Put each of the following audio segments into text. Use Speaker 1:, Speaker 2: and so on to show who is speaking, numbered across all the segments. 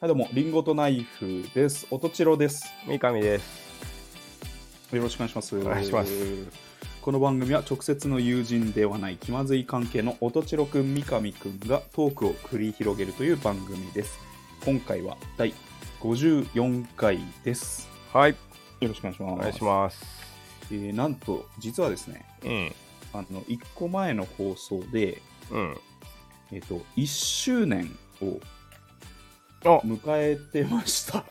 Speaker 1: はい、どうも、リンゴとナイフです。おとちろです。
Speaker 2: 三上です。
Speaker 1: よろしくお願いします。お
Speaker 2: 願いします。
Speaker 1: この番組は直接の友人ではない気まずい関係のおとちろくん、三上くんがトークを繰り広げるという番組です。今回は第54回です。
Speaker 2: はい、
Speaker 1: よろしくお願いします。
Speaker 2: お願いします。
Speaker 1: えーなんと、実はですね、
Speaker 2: うん、
Speaker 1: あの、1個前の放送で、
Speaker 2: うん。
Speaker 1: えっ、と、1周年を
Speaker 2: あ
Speaker 1: 迎えてました。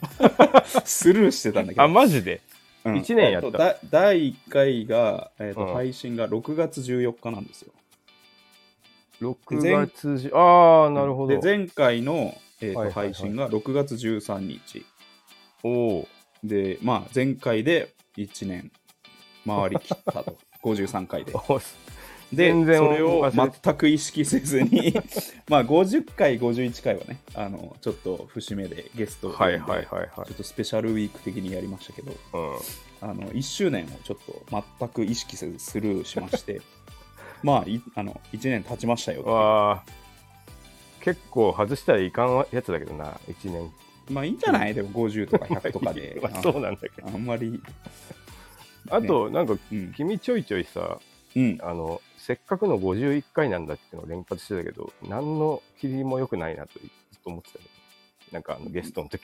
Speaker 1: スルーしてたんだけど。
Speaker 2: あ、マジで
Speaker 1: うん
Speaker 2: 一年やった
Speaker 1: えとだ第1回が、えーと
Speaker 2: うん
Speaker 1: 配信が6月14日なんですよ。
Speaker 2: ?6
Speaker 1: 前
Speaker 2: 月じ、ああ、なるほ
Speaker 1: で。
Speaker 2: ど
Speaker 1: 前回の、えーと
Speaker 2: はいはいは
Speaker 1: 配
Speaker 2: い
Speaker 1: 信が6月13日。
Speaker 2: おお
Speaker 1: で、まあ、前回で1年回りきった と。53回で。
Speaker 2: ー。
Speaker 1: で、
Speaker 2: 全然
Speaker 1: それを
Speaker 2: 忘れて
Speaker 1: 全く意識せずに、 まあ、50回、51回はね、あのちょっと節目でゲストを呼ん
Speaker 2: は
Speaker 1: で
Speaker 2: いはいはいは
Speaker 1: ちょっとスペシャルウィーク的にやりましたけど、
Speaker 2: い。
Speaker 1: あの1周年をちょっと全く意識せずスルーしまして まあいあの1年経ちましたよ
Speaker 2: うん。わあ。結構外したらいかんやつだけどな、1年。
Speaker 1: まあいいんじゃないでも50とか100とか で
Speaker 2: まあそうなんだけど。
Speaker 1: あんまり
Speaker 2: あと、なんか、
Speaker 1: うん、
Speaker 2: 君ちょいちょいさ、
Speaker 1: うん、
Speaker 2: あの、せっかくの51回なんだっていうのを連発してたけど、何の霧も良くないなとずっと思ってたけど、なんかあのゲストの時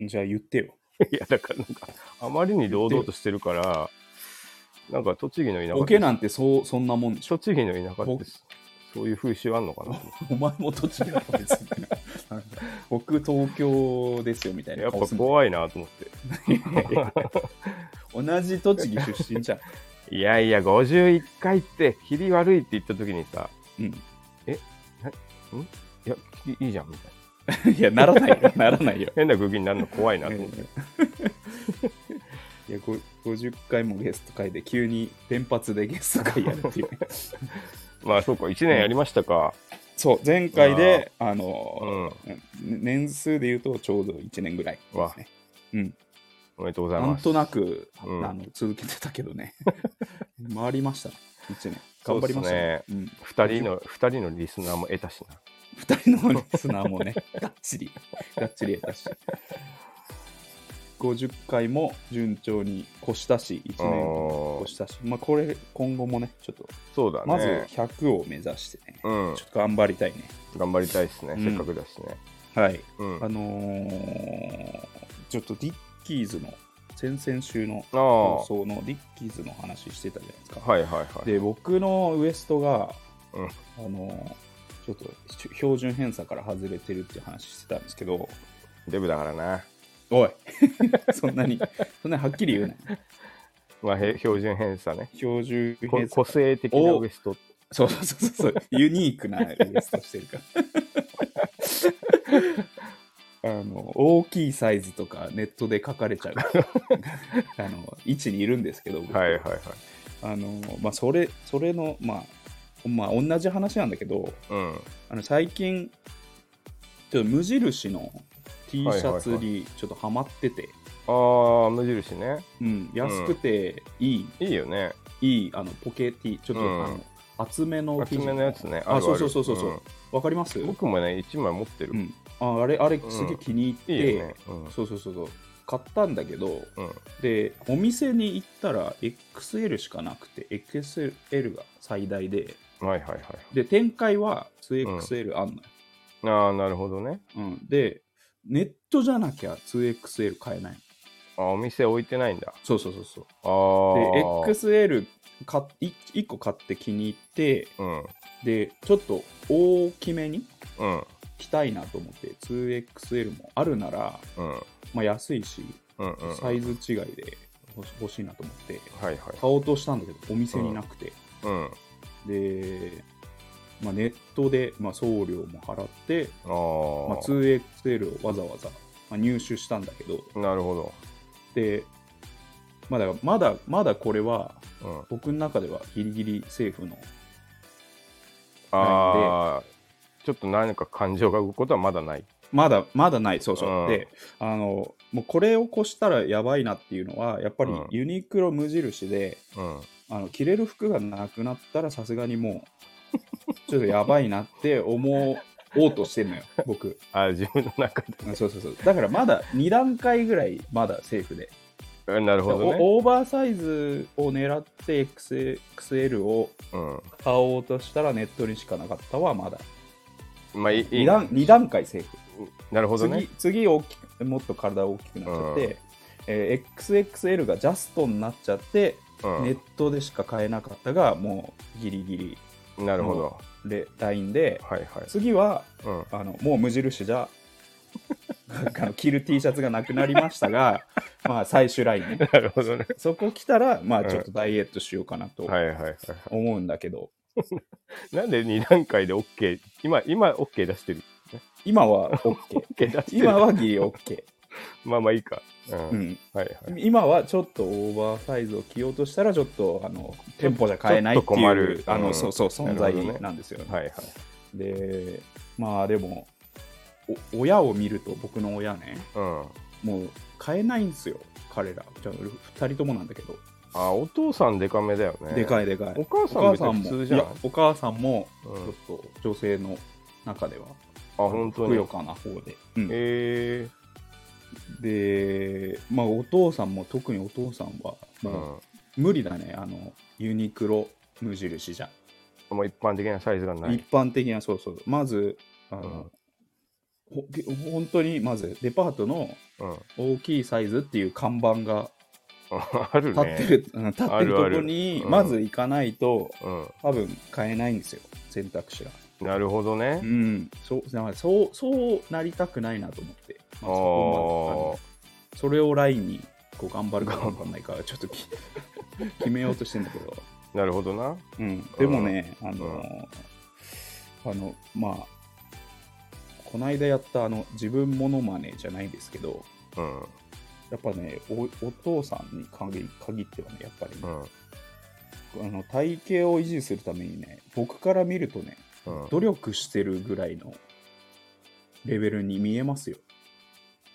Speaker 1: じゃあ言ってよ
Speaker 2: いや、だからなんか、あまりに堂々としてるから、なんか栃木の田舎
Speaker 1: ボケなんてそうそんなもんでしょ
Speaker 2: 栃木の田舎ってそ、そういう風習あんのかな
Speaker 1: お前も栃木だろ別に なんか僕東京ですよみたい
Speaker 2: や
Speaker 1: な
Speaker 2: っ
Speaker 1: 顔
Speaker 2: ぱ
Speaker 1: すんの
Speaker 2: 怖いなと思って。
Speaker 1: 同じ栃木出身じゃん、
Speaker 2: いやいや、51回って、切り悪いって言った時にさ、
Speaker 1: うん、
Speaker 2: いや、霧いいじゃんみたいな。
Speaker 1: いやならない よならないよ
Speaker 2: 変な空気になるの怖いなと思って。
Speaker 1: いやご50回もゲスト会で急に連発でゲスト会やるっていうね
Speaker 2: まあ、そうか、1年やりましたか。
Speaker 1: そう前回であの、
Speaker 2: うん。
Speaker 1: ね年数で言うとちょうど1年ぐらいですねうん、
Speaker 2: おめでとうござい
Speaker 1: なん
Speaker 2: ます。
Speaker 1: となく、
Speaker 2: うん
Speaker 1: あの続けてたけど ね回りました1年頑張りましたねうん、
Speaker 2: 2人の、二人のリスナーも得たしな。
Speaker 1: 2人のリスナーもね がっちりがっちり得たし50回も順調に越したし1年
Speaker 2: うん
Speaker 1: 越したしまあこれ今後もねちょっと
Speaker 2: そうだね。
Speaker 1: まず100を目指してね、
Speaker 2: うん
Speaker 1: ちょ。っと頑張りたいね。
Speaker 2: 頑張りたいですね。
Speaker 1: うん
Speaker 2: せっかくだしね。
Speaker 1: はい。
Speaker 2: うん。
Speaker 1: あのーちょっとディッキーズの、先々週の
Speaker 2: あ
Speaker 1: 放
Speaker 2: あ。
Speaker 1: 送のディッキーズの話してたじゃないですか。
Speaker 2: はいはいはい。
Speaker 1: で、僕のウエストが、
Speaker 2: うん
Speaker 1: あのーちょっと標準偏差から外れてるっていう話してたんですけど、
Speaker 2: デブだからな。
Speaker 1: おい そんなに、そんなにはっきり言うね。
Speaker 2: まあ、へ標準偏差ね。
Speaker 1: 標準
Speaker 2: こ
Speaker 1: 偏差
Speaker 2: 個。性的なウエスト。
Speaker 1: そうそうそうそう、ユニークなイベストしてるから。あの大きいサイズとかネットで書かれちゃう あの位置にいるんですけど、僕
Speaker 2: はいはいはい。
Speaker 1: あのまあ、それそれの、まあまあ、同じ話なんだけど
Speaker 2: うん。
Speaker 1: あの最近ちょっと無印の T シャツにちょっとハマってて、
Speaker 2: ああ、無印ね。
Speaker 1: うん、安くていい、
Speaker 2: いいよね。
Speaker 1: いいあのポケ T ちょっと、
Speaker 2: うん
Speaker 1: あの厚めの生
Speaker 2: 厚
Speaker 1: 地
Speaker 2: めのやつね。
Speaker 1: あ
Speaker 2: るる
Speaker 1: そうそうそうそう、わかります
Speaker 2: うん僕もね、1枚持って
Speaker 1: う
Speaker 2: る。
Speaker 1: ん、ああれあれ
Speaker 2: ん
Speaker 1: すげえ気に入って、
Speaker 2: いいよね。うん
Speaker 1: そうそうそうそう買ったんだけど
Speaker 2: うん。
Speaker 1: でお店に行ったら XL しかなくて XL が最大で
Speaker 2: はいはいはい。
Speaker 1: で展開は 2XL あんのよ、
Speaker 2: ああ、なるほどね。
Speaker 1: うんでネットじゃなきゃ 2XL 買えない
Speaker 2: あお店置いてないんだ。
Speaker 1: そうそうそうそう
Speaker 2: あ
Speaker 1: で
Speaker 2: あ。。
Speaker 1: XL 買っ 1, 個買って気に入って
Speaker 2: うん。
Speaker 1: でちょっと大きめに
Speaker 2: うん。
Speaker 1: 着たいなと思って 2XL もあるなら、
Speaker 2: うん。
Speaker 1: まあ、安いし
Speaker 2: うんうん。
Speaker 1: サイズ違いで欲し欲しいなと思って
Speaker 2: はいはい。
Speaker 1: 買おうとしたんだけどお店になくて、
Speaker 2: うん。
Speaker 1: で、まあ、ネットで、まあ、送料も払って、まあ、
Speaker 2: あ
Speaker 1: 2XL をわざわざ、まあ、入手したんだけど
Speaker 2: あ。なるほ
Speaker 1: で、まあ、だからまだまだこれは
Speaker 2: ど。うん。
Speaker 1: 僕の中ではギリギリセーフの
Speaker 2: ああ。ちょっと何か感情が動くことはまだない。
Speaker 1: まだまだないそうそう、
Speaker 2: うん
Speaker 1: であのもうこれを越したらやばいなっていうのはやっぱり
Speaker 2: うん
Speaker 1: ユニクロ無印で、
Speaker 2: うん。
Speaker 1: あの着れる服がなくなったらさすがにもうちょっとやばいなって思おうとしてんのよ、僕。
Speaker 2: あ、自分の中で。
Speaker 1: あそうそうそう。だからまだ2段階ぐらい、まだセーフで。
Speaker 2: あなるほどね。
Speaker 1: おオーバーサイズを狙って XA XL を
Speaker 2: うん。
Speaker 1: 買おうとしたらネットにしかなかったはまだ。
Speaker 2: まあ、いいいい
Speaker 1: 2段 ,2 段階セーフ。
Speaker 2: なるほどね
Speaker 1: 次。次大きくもっと体大きくなっちゃって、
Speaker 2: うん
Speaker 1: えー XXL がジャストになっちゃって、
Speaker 2: うん
Speaker 1: ネットでしか買えなかったがもうギリギリ
Speaker 2: なるほど。
Speaker 1: でラインで
Speaker 2: はいはい。
Speaker 1: 次は
Speaker 2: うん。
Speaker 1: あのもう無印じ ゃなんかあの着る T シャツがなくなりました がまあ最終ラインね
Speaker 2: なるほどね。
Speaker 1: そこ来たらまあちょっとダイエットしようかなと
Speaker 2: はいはいはい。
Speaker 1: 思うんだけど、
Speaker 2: なんで2段階で OK、今、今 OK 出してる。
Speaker 1: 今は OK
Speaker 2: OK 出してる。
Speaker 1: 今はギリ OK、
Speaker 2: まあまあいいか。うん。
Speaker 1: う
Speaker 2: はい
Speaker 1: ん、
Speaker 2: はい。
Speaker 1: 今はちょっとオーバーサイズを着ようとしたらちょっとあの店舗じゃ買えないって
Speaker 2: ちょっと困
Speaker 1: いう
Speaker 2: る
Speaker 1: あ
Speaker 2: う
Speaker 1: の
Speaker 2: ん
Speaker 1: そうそう存
Speaker 2: な
Speaker 1: 在
Speaker 2: るほどね
Speaker 1: なんですよね。
Speaker 2: はいはい。
Speaker 1: でまあでもお親を見ると僕の親ね
Speaker 2: うん。
Speaker 1: もう買えないんですよ彼らじゃあ2人ともなんだけど、
Speaker 2: あ、お父さんデカめだよね。
Speaker 1: で
Speaker 2: い。
Speaker 1: かいでかい
Speaker 2: お母さん別に普通じゃん。
Speaker 1: いやお母さんもち
Speaker 2: うん、あ、
Speaker 1: ょっと女性の中では
Speaker 2: 本当
Speaker 1: ふく
Speaker 2: に
Speaker 1: よ。かな方で、うん
Speaker 2: え
Speaker 1: でまあお父さんも特にお父さんは
Speaker 2: ー。
Speaker 1: も
Speaker 2: うん。
Speaker 1: う無理だねあのユニクロ無印じゃ、
Speaker 2: もう一般的なサイズがない。
Speaker 1: 一般的なそうそうまずあの、ほげ本当にまずデパートの
Speaker 2: うん。
Speaker 1: 大きいサイズっていう看板が
Speaker 2: あある
Speaker 1: 立って
Speaker 2: ね。
Speaker 1: る、うん立ってると
Speaker 2: ある
Speaker 1: こ
Speaker 2: あ
Speaker 1: に
Speaker 2: るうん
Speaker 1: まず行かないと
Speaker 2: うん。
Speaker 1: 多分買えないんですよ選択肢が
Speaker 2: なるほどね
Speaker 1: う。んそうだからそうそうなりたくないなと思って、まあ、そこまであのそれをラインにこう頑張る か頑張らないかちょっとき 決めようとしてんだけど
Speaker 2: ああ。なるほどな。
Speaker 1: うん、でもね、あのーあの、まあ、こないだやったあの自分モノマネじゃないですけど、
Speaker 2: うん。
Speaker 1: やっぱね、おお父さんに限り限ってはね、やっぱり
Speaker 2: う
Speaker 1: ね、
Speaker 2: ん。
Speaker 1: あの体型を維持するためにね、僕から見るとね、
Speaker 2: うん。
Speaker 1: 努力してるぐらいのレベルに見えますよ、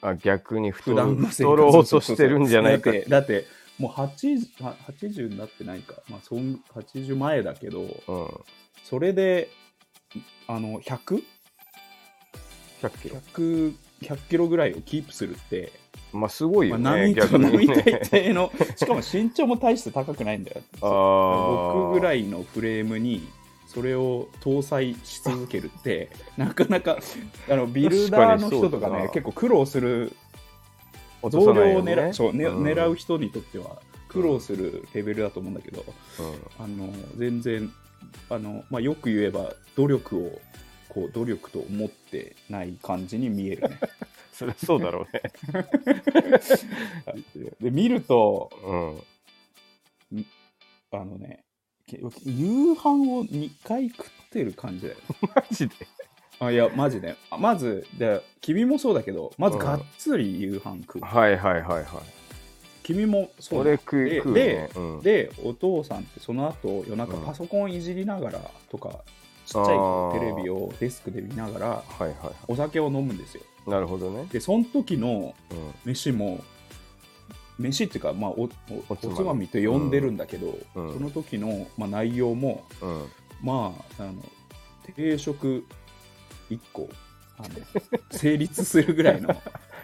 Speaker 2: あ、逆に太
Speaker 1: 普段の生活
Speaker 2: 太ろうとしてるんじゃないか
Speaker 1: だっ。て、だってもう 80, は80になってないか、まあ、そん80前だけど、
Speaker 2: うん。
Speaker 1: それで、あの、100?
Speaker 2: 100キロ。
Speaker 1: 100, 100キロぐらいをキープするって、
Speaker 2: まあ、すごい
Speaker 1: ま
Speaker 2: よ
Speaker 1: あ、
Speaker 2: ね。
Speaker 1: 並と
Speaker 2: 逆に
Speaker 1: 並大
Speaker 2: ね。
Speaker 1: 抵の、しかも身長も大して高くないんだよ。
Speaker 2: あ
Speaker 1: そう
Speaker 2: あ。
Speaker 1: 僕ぐらいのフレームに、それを搭載し続けるって、なかなか、あのビルダーの人とか
Speaker 2: 確かにそうだ
Speaker 1: ね
Speaker 2: な、
Speaker 1: 結構苦労する、
Speaker 2: 落と
Speaker 1: 増
Speaker 2: さ
Speaker 1: 量
Speaker 2: ないよ
Speaker 1: を
Speaker 2: ね、
Speaker 1: 狙,、そうね
Speaker 2: ん
Speaker 1: 狙う人にとっては苦労するレベルだと思うんだけど、
Speaker 2: う
Speaker 1: あの全然あの、まあ、よく言えば努力をこう努力と思ってない感じに見えるね。
Speaker 2: んそりゃそうだろうね。
Speaker 1: で見ると
Speaker 2: うん。
Speaker 1: あのねけ夕飯を2回食ってる感じだよ。
Speaker 2: マジで。
Speaker 1: あいやマジであまずで君もそうだけどまず
Speaker 2: うん
Speaker 1: がっつり夕飯食う、
Speaker 2: はいはいはいはい。
Speaker 1: 君もそう
Speaker 2: こ
Speaker 1: だ
Speaker 2: れ食う
Speaker 1: で
Speaker 2: 食うね。うん
Speaker 1: でお父さんってその後夜中
Speaker 2: うん
Speaker 1: パソコンいじりながらとか、ちっちゃい頃テレビをデスクで見ながら
Speaker 2: はいはいは
Speaker 1: お酒を飲むんですよ
Speaker 2: い。なるほどね。
Speaker 1: でその時の
Speaker 2: うん
Speaker 1: 飯も飯っていうか、まあ、おおお
Speaker 2: おつ
Speaker 1: つ
Speaker 2: まみ
Speaker 1: まみと呼んでるんだけど、
Speaker 2: うんうん
Speaker 1: その時の、まあ、内容も
Speaker 2: うん。
Speaker 1: まああの定食1個 あの成立するぐらいの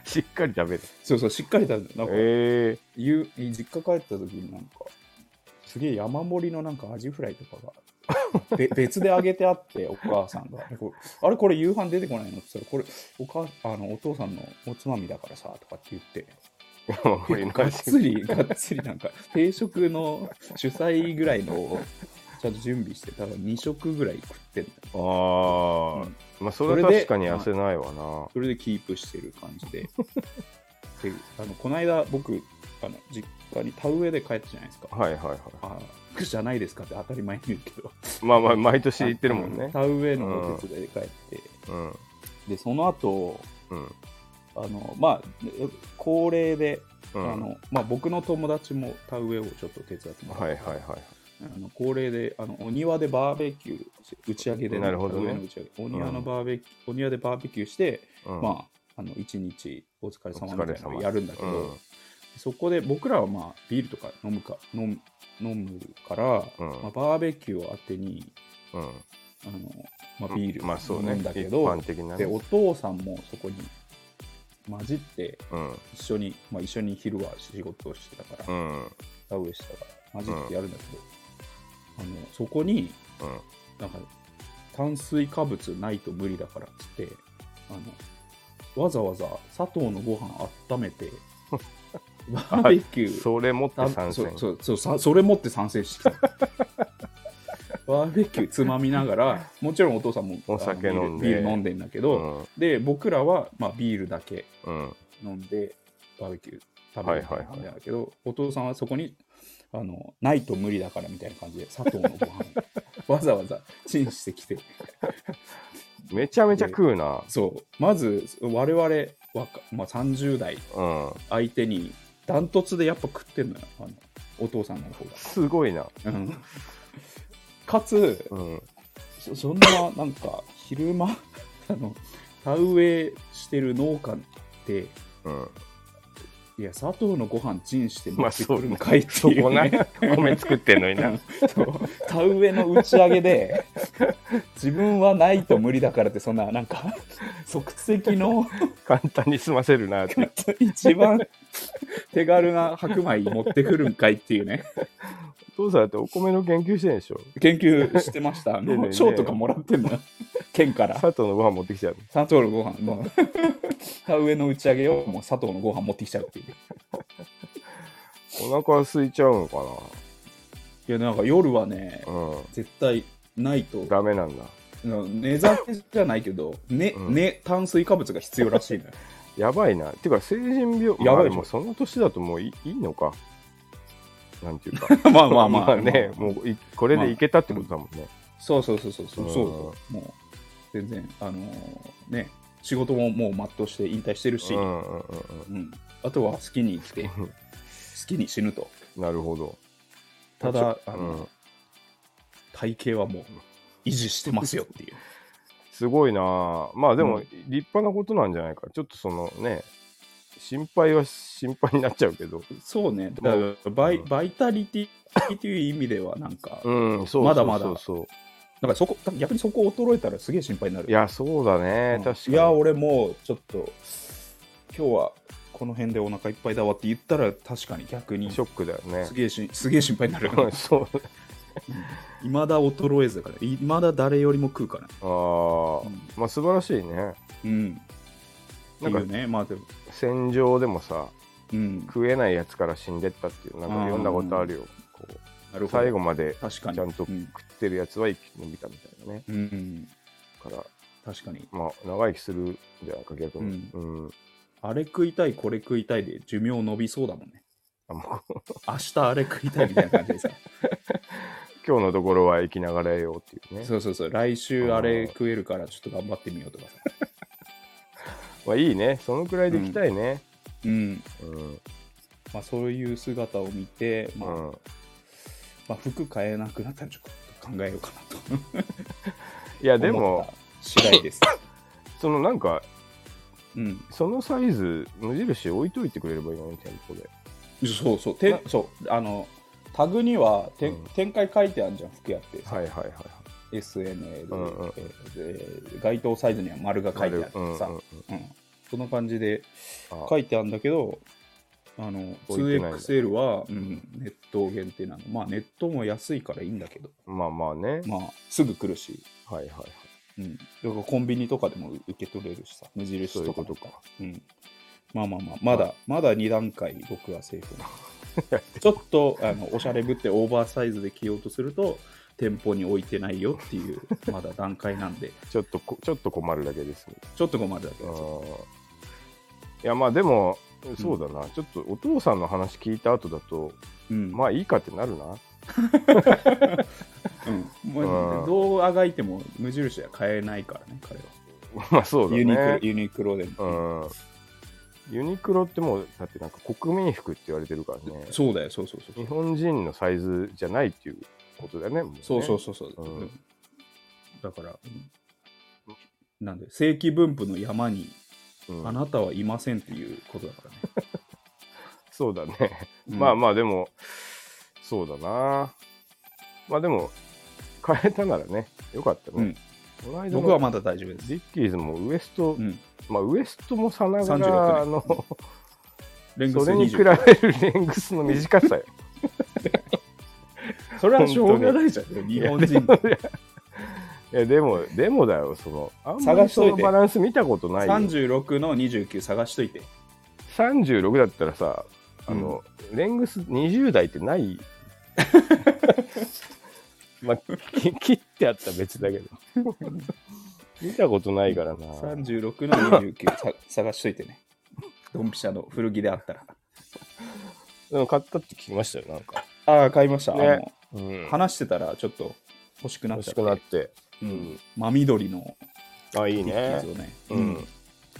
Speaker 2: しっかり食べる。
Speaker 1: そうそうしっかり食べてなんか、
Speaker 2: え
Speaker 1: ゆ実家帰った時になんかすげえ山盛りのなんかアジフライとかがべ 別で揚げてあってお母さんが「これあれこれ夕飯出てこないの?」って言ったら「これおかあのお父さんのおつまみだからさ」とかって言って。
Speaker 2: えー。
Speaker 1: 結構がっつり、がっつりなんか、定食の主催ぐらいのをちゃんと準備して、多分2食ぐらい食ってんだよ
Speaker 2: ああ、
Speaker 1: うん
Speaker 2: まあそれ
Speaker 1: そ
Speaker 2: は
Speaker 1: れで
Speaker 2: 確かに痩せないわな。
Speaker 1: それでキープしてる感じで。であのこの間、僕、あの実家に田植えで帰ったじゃないですか。
Speaker 2: はいはいはい。
Speaker 1: ああ、じゃないですかって当たり前に言うけど。
Speaker 2: まあまあ、毎年言ってるもん
Speaker 1: あの
Speaker 2: ね。
Speaker 1: 田植えのお手伝いで帰って、
Speaker 2: うん。
Speaker 1: で、その後、
Speaker 2: うん。
Speaker 1: あのまあ、え高齢で、
Speaker 2: うん
Speaker 1: あのまあ、僕の友達も田植えをちょっと手伝ってもらって
Speaker 2: はいはいはい。
Speaker 1: あの恒例であのお庭でバーベキューし打ち上げでね、
Speaker 2: なるほどね
Speaker 1: 上の打ち上げお庭のバーベキュー、お庭でバーベキューして、
Speaker 2: うん、
Speaker 1: まああの一日お疲れ様みたいなの
Speaker 2: お疲れ様
Speaker 1: をやるんだけど、そこで僕らはまあビールとか飲むか飲む飲むから、
Speaker 2: うん
Speaker 1: まあ、バーベキューを当てに
Speaker 2: うん。うん。
Speaker 1: あの、まあ、ビール
Speaker 2: まあそう
Speaker 1: 飲
Speaker 2: ね
Speaker 1: んだけど、
Speaker 2: 一般的なね
Speaker 1: でお父さんもそこに混じって
Speaker 2: うん
Speaker 1: 一緒に、まあ、一緒に昼は仕事をしてたから、
Speaker 2: うん
Speaker 1: 田植えしてたから混じってやるんだけど、あのそこに
Speaker 2: うん
Speaker 1: なんか炭水化物ないと無理だからっつってあのわざわざ砂糖のご飯温めてバーベキュ ー
Speaker 2: それ持って
Speaker 1: あ
Speaker 2: 参
Speaker 1: そ
Speaker 2: 戦
Speaker 1: うそうそうさそ れ持って参戦してきたバーベキューつまみながらもちろんお父さんも
Speaker 2: お酒
Speaker 1: あの
Speaker 2: 飲んで
Speaker 1: ビールビール飲んでんだけど、
Speaker 2: うん
Speaker 1: で僕らは、まあ、ビールだけ
Speaker 2: うん
Speaker 1: 飲んでバーベキュー食べるみたいな感じなんだけど、お父さんはそこにあのないと無理だからみたいな感じで砂糖のご飯をわざわざチンしてきて
Speaker 2: めちゃめちゃ食うな
Speaker 1: そうまず我々若、まあ、30代
Speaker 2: うん
Speaker 1: 相手にダントツでやっぱ食ってんのよあのお父さんの方が。
Speaker 2: すごいな
Speaker 1: うんかつ
Speaker 2: うん
Speaker 1: そそんななんか昼間 あの田植えしてる農家って
Speaker 2: うん
Speaker 1: いや佐藤のご飯チンして持
Speaker 2: まあ
Speaker 1: って
Speaker 2: そ
Speaker 1: く
Speaker 2: う
Speaker 1: る
Speaker 2: ね
Speaker 1: のかいって
Speaker 2: そ
Speaker 1: い
Speaker 2: こ
Speaker 1: う、
Speaker 2: な
Speaker 1: ね、
Speaker 2: 米作ってんのにな
Speaker 1: そう田植えの打ち上げで自分はないと無理だからってそんななんか即席の
Speaker 2: 簡単に済ませるなって
Speaker 1: 一番手軽な白米持ってくるんかいっていうね
Speaker 2: お父さんだってお米の研究してんでしょ
Speaker 1: 研究してましたあ
Speaker 2: ねえねえね
Speaker 1: の
Speaker 2: え
Speaker 1: 賞とかもらってんのよ県から
Speaker 2: 佐藤のご飯持ってきちゃう
Speaker 1: 佐藤のご 飯もう田植えの打ち上げをもう佐藤のご飯持ってきちゃうっていう
Speaker 2: のお腹空いちゃうのか
Speaker 1: いやなんか夜はね
Speaker 2: なう
Speaker 1: 絶対ないと
Speaker 2: んダメなんだ
Speaker 1: うん寝酒じゃないけど、ね
Speaker 2: うん
Speaker 1: ね炭水化物が必要らしいのよ
Speaker 2: やばいなてか成人病
Speaker 1: やばいでしょ
Speaker 2: まあでもその年だともういいいのかなんていうか
Speaker 1: ま あまあまあ
Speaker 2: ね
Speaker 1: まあ
Speaker 2: もういこれでいけたってことだもんね、
Speaker 1: そうそうそうそうそううんそうもう全然あのーね仕事ももう全うして引退してるし、
Speaker 2: う
Speaker 1: うん
Speaker 2: んうんうんう
Speaker 1: あとは好きに生きて好
Speaker 2: ん
Speaker 1: きに死ぬと
Speaker 2: なるほど
Speaker 1: ただあ
Speaker 2: う
Speaker 1: の、
Speaker 2: ん、
Speaker 1: 体型はもう維持してますよっていう
Speaker 2: すごいなあまあで
Speaker 1: う
Speaker 2: も
Speaker 1: ん
Speaker 2: 立派なことなんじゃないかちょっとそのね心配は心配になっちゃうけど
Speaker 1: そうねだからバイ
Speaker 2: うん
Speaker 1: バイタリティっていう意味ではなんか、
Speaker 2: うんそうそうそうそう
Speaker 1: まだまだ
Speaker 2: そ
Speaker 1: なんかそこ逆にそこ衰えたらすげえ心配になる
Speaker 2: ういやそうだね、
Speaker 1: うん
Speaker 2: 確かに
Speaker 1: いや俺もうちょっと今日はこの辺でお腹いっぱいだわって言ったら確かに逆に
Speaker 2: ショックだよね
Speaker 1: すげえしすげえ心配になる
Speaker 2: そう
Speaker 1: いまだ衰えずだからいまだ誰よりも食うから
Speaker 2: ああ、
Speaker 1: うん
Speaker 2: まあ素晴らしいね
Speaker 1: うん
Speaker 2: なん
Speaker 1: っ
Speaker 2: か
Speaker 1: ていうねまあでも
Speaker 2: 戦場でもさ
Speaker 1: うん
Speaker 2: 食えないやつから死んでったっていうなんか
Speaker 1: あー
Speaker 2: 読んだことあるよこう
Speaker 1: なるほど
Speaker 2: 最後まで
Speaker 1: 確かに
Speaker 2: ちゃんと
Speaker 1: う
Speaker 2: 食
Speaker 1: ん、
Speaker 2: ってるやつは生き延びたみたいなね
Speaker 1: うんうん
Speaker 2: から
Speaker 1: 確かに
Speaker 2: まあ長生きするんじゃないか逆にうん、
Speaker 1: あれ食いたいこれ食いたいで寿命伸びそうだもんね
Speaker 2: あもう
Speaker 1: 明日あれ食いたいみたいな感じですか
Speaker 2: 今日のところは生きながらえようっていうね
Speaker 1: そうそうそう来週あれ食えるからちょっと頑張ってみようとかさ
Speaker 2: まあいいねそのくらいでいきたいね
Speaker 1: うん
Speaker 2: うん
Speaker 1: まあ、そういう姿を見て、
Speaker 2: う
Speaker 1: まあ
Speaker 2: ん、
Speaker 1: まあ、服買えなくなったらちょっと考えようかなと
Speaker 2: いやで
Speaker 1: 思っ
Speaker 2: も
Speaker 1: た次第です。
Speaker 2: そのなんか
Speaker 1: うん、
Speaker 2: そのサイズ無印置いといてくれればいいのに店舗で
Speaker 1: そうそうてそうあのタグにはて、
Speaker 2: うん
Speaker 1: 展開書いてあるじゃん服屋って、
Speaker 2: はいはいはいはい
Speaker 1: SNL、
Speaker 2: うんうん
Speaker 1: えーで該当サイズには丸が書いてあって
Speaker 2: うんうん
Speaker 1: さ、
Speaker 2: うん
Speaker 1: うんそんな感じで
Speaker 2: あ
Speaker 1: 書いてあるんだけどあの
Speaker 2: 置いてないんだ
Speaker 1: 2XL は、うん、ネット限定なのまあネットも安いからいいんだけど
Speaker 2: まあまあね、
Speaker 1: まあすぐ来るし
Speaker 2: はいはいはい
Speaker 1: うん、だからコンビニとかでも受け取れるしさ、無
Speaker 2: そう
Speaker 1: 印
Speaker 2: いう
Speaker 1: とか
Speaker 2: こ
Speaker 1: も
Speaker 2: とか
Speaker 1: うん、まあまあまあ、まだ、まだ2段階僕はセーフ なちょっとあのおしゃれぶってオーバーサイズで着ようとすると、店舗に置いてないよって いう、まだ段階なんで、
Speaker 2: ちょっとこちょっと困るだけですね
Speaker 1: ちょっと困るだけ
Speaker 2: あ
Speaker 1: です。
Speaker 2: ーいやまあでもそうだな、ちょっとお父さんの話聞いた後だと
Speaker 1: うん、
Speaker 2: まあいいかってなるな
Speaker 1: うんも
Speaker 2: うん
Speaker 1: うどうあがいても無印は買えないからね、彼は。
Speaker 2: まあそうだ
Speaker 1: ユニク
Speaker 2: ね
Speaker 1: ロユニクロでも、
Speaker 2: うんユニクロってもうだってなんか国民服って言われてるからね
Speaker 1: そうだよ、そうそうそう
Speaker 2: 日。本人のサイズじゃないっていうことだよねもね
Speaker 1: そうそうそうそう。
Speaker 2: うん
Speaker 1: うんだから、うんなんで、正規分布の山に
Speaker 2: うん
Speaker 1: あなたはいませんっていうことだから ね。
Speaker 2: そうだね、まあまあでもそうだなまあでも変えたならね、よかったね。この間の
Speaker 1: 僕はまだ大丈夫です。
Speaker 2: ディッキーズもウエスト、
Speaker 1: うん。
Speaker 2: まあ、ウエストもさなが
Speaker 1: 36ね
Speaker 2: ら、あの、
Speaker 1: レング
Speaker 2: そ
Speaker 1: ス
Speaker 2: れに比べ
Speaker 1: 20。
Speaker 2: るレングスの短 さよ。
Speaker 1: それはしょうがないじゃん。日本人の
Speaker 2: いや、でも、でもだよ、その、あんま
Speaker 1: 探
Speaker 2: り
Speaker 1: しと
Speaker 2: そ
Speaker 1: いて
Speaker 2: のバランス見たことないよ。
Speaker 1: 36の29探しといて。
Speaker 2: 36だったらさ、あの、レングス20代っ てない。まあ、き切ってあったら別だ けど。見たことないからな。
Speaker 1: 36の29さ 探しといてね。ドンピシャの古着であったら。
Speaker 2: でも買ったって聞きましたよ、なんか。
Speaker 1: ああ、買いました。
Speaker 2: ね
Speaker 1: あの
Speaker 2: うん
Speaker 1: 話してたらちょっと欲しくなっ
Speaker 2: 欲
Speaker 1: ちゃ
Speaker 2: し
Speaker 1: っ。
Speaker 2: くなってて。
Speaker 1: うん真緑の
Speaker 2: あ、い
Speaker 1: テ
Speaker 2: い
Speaker 1: ィッ
Speaker 2: ね
Speaker 1: キー。ズをね、
Speaker 2: う
Speaker 1: うん
Speaker 2: ん。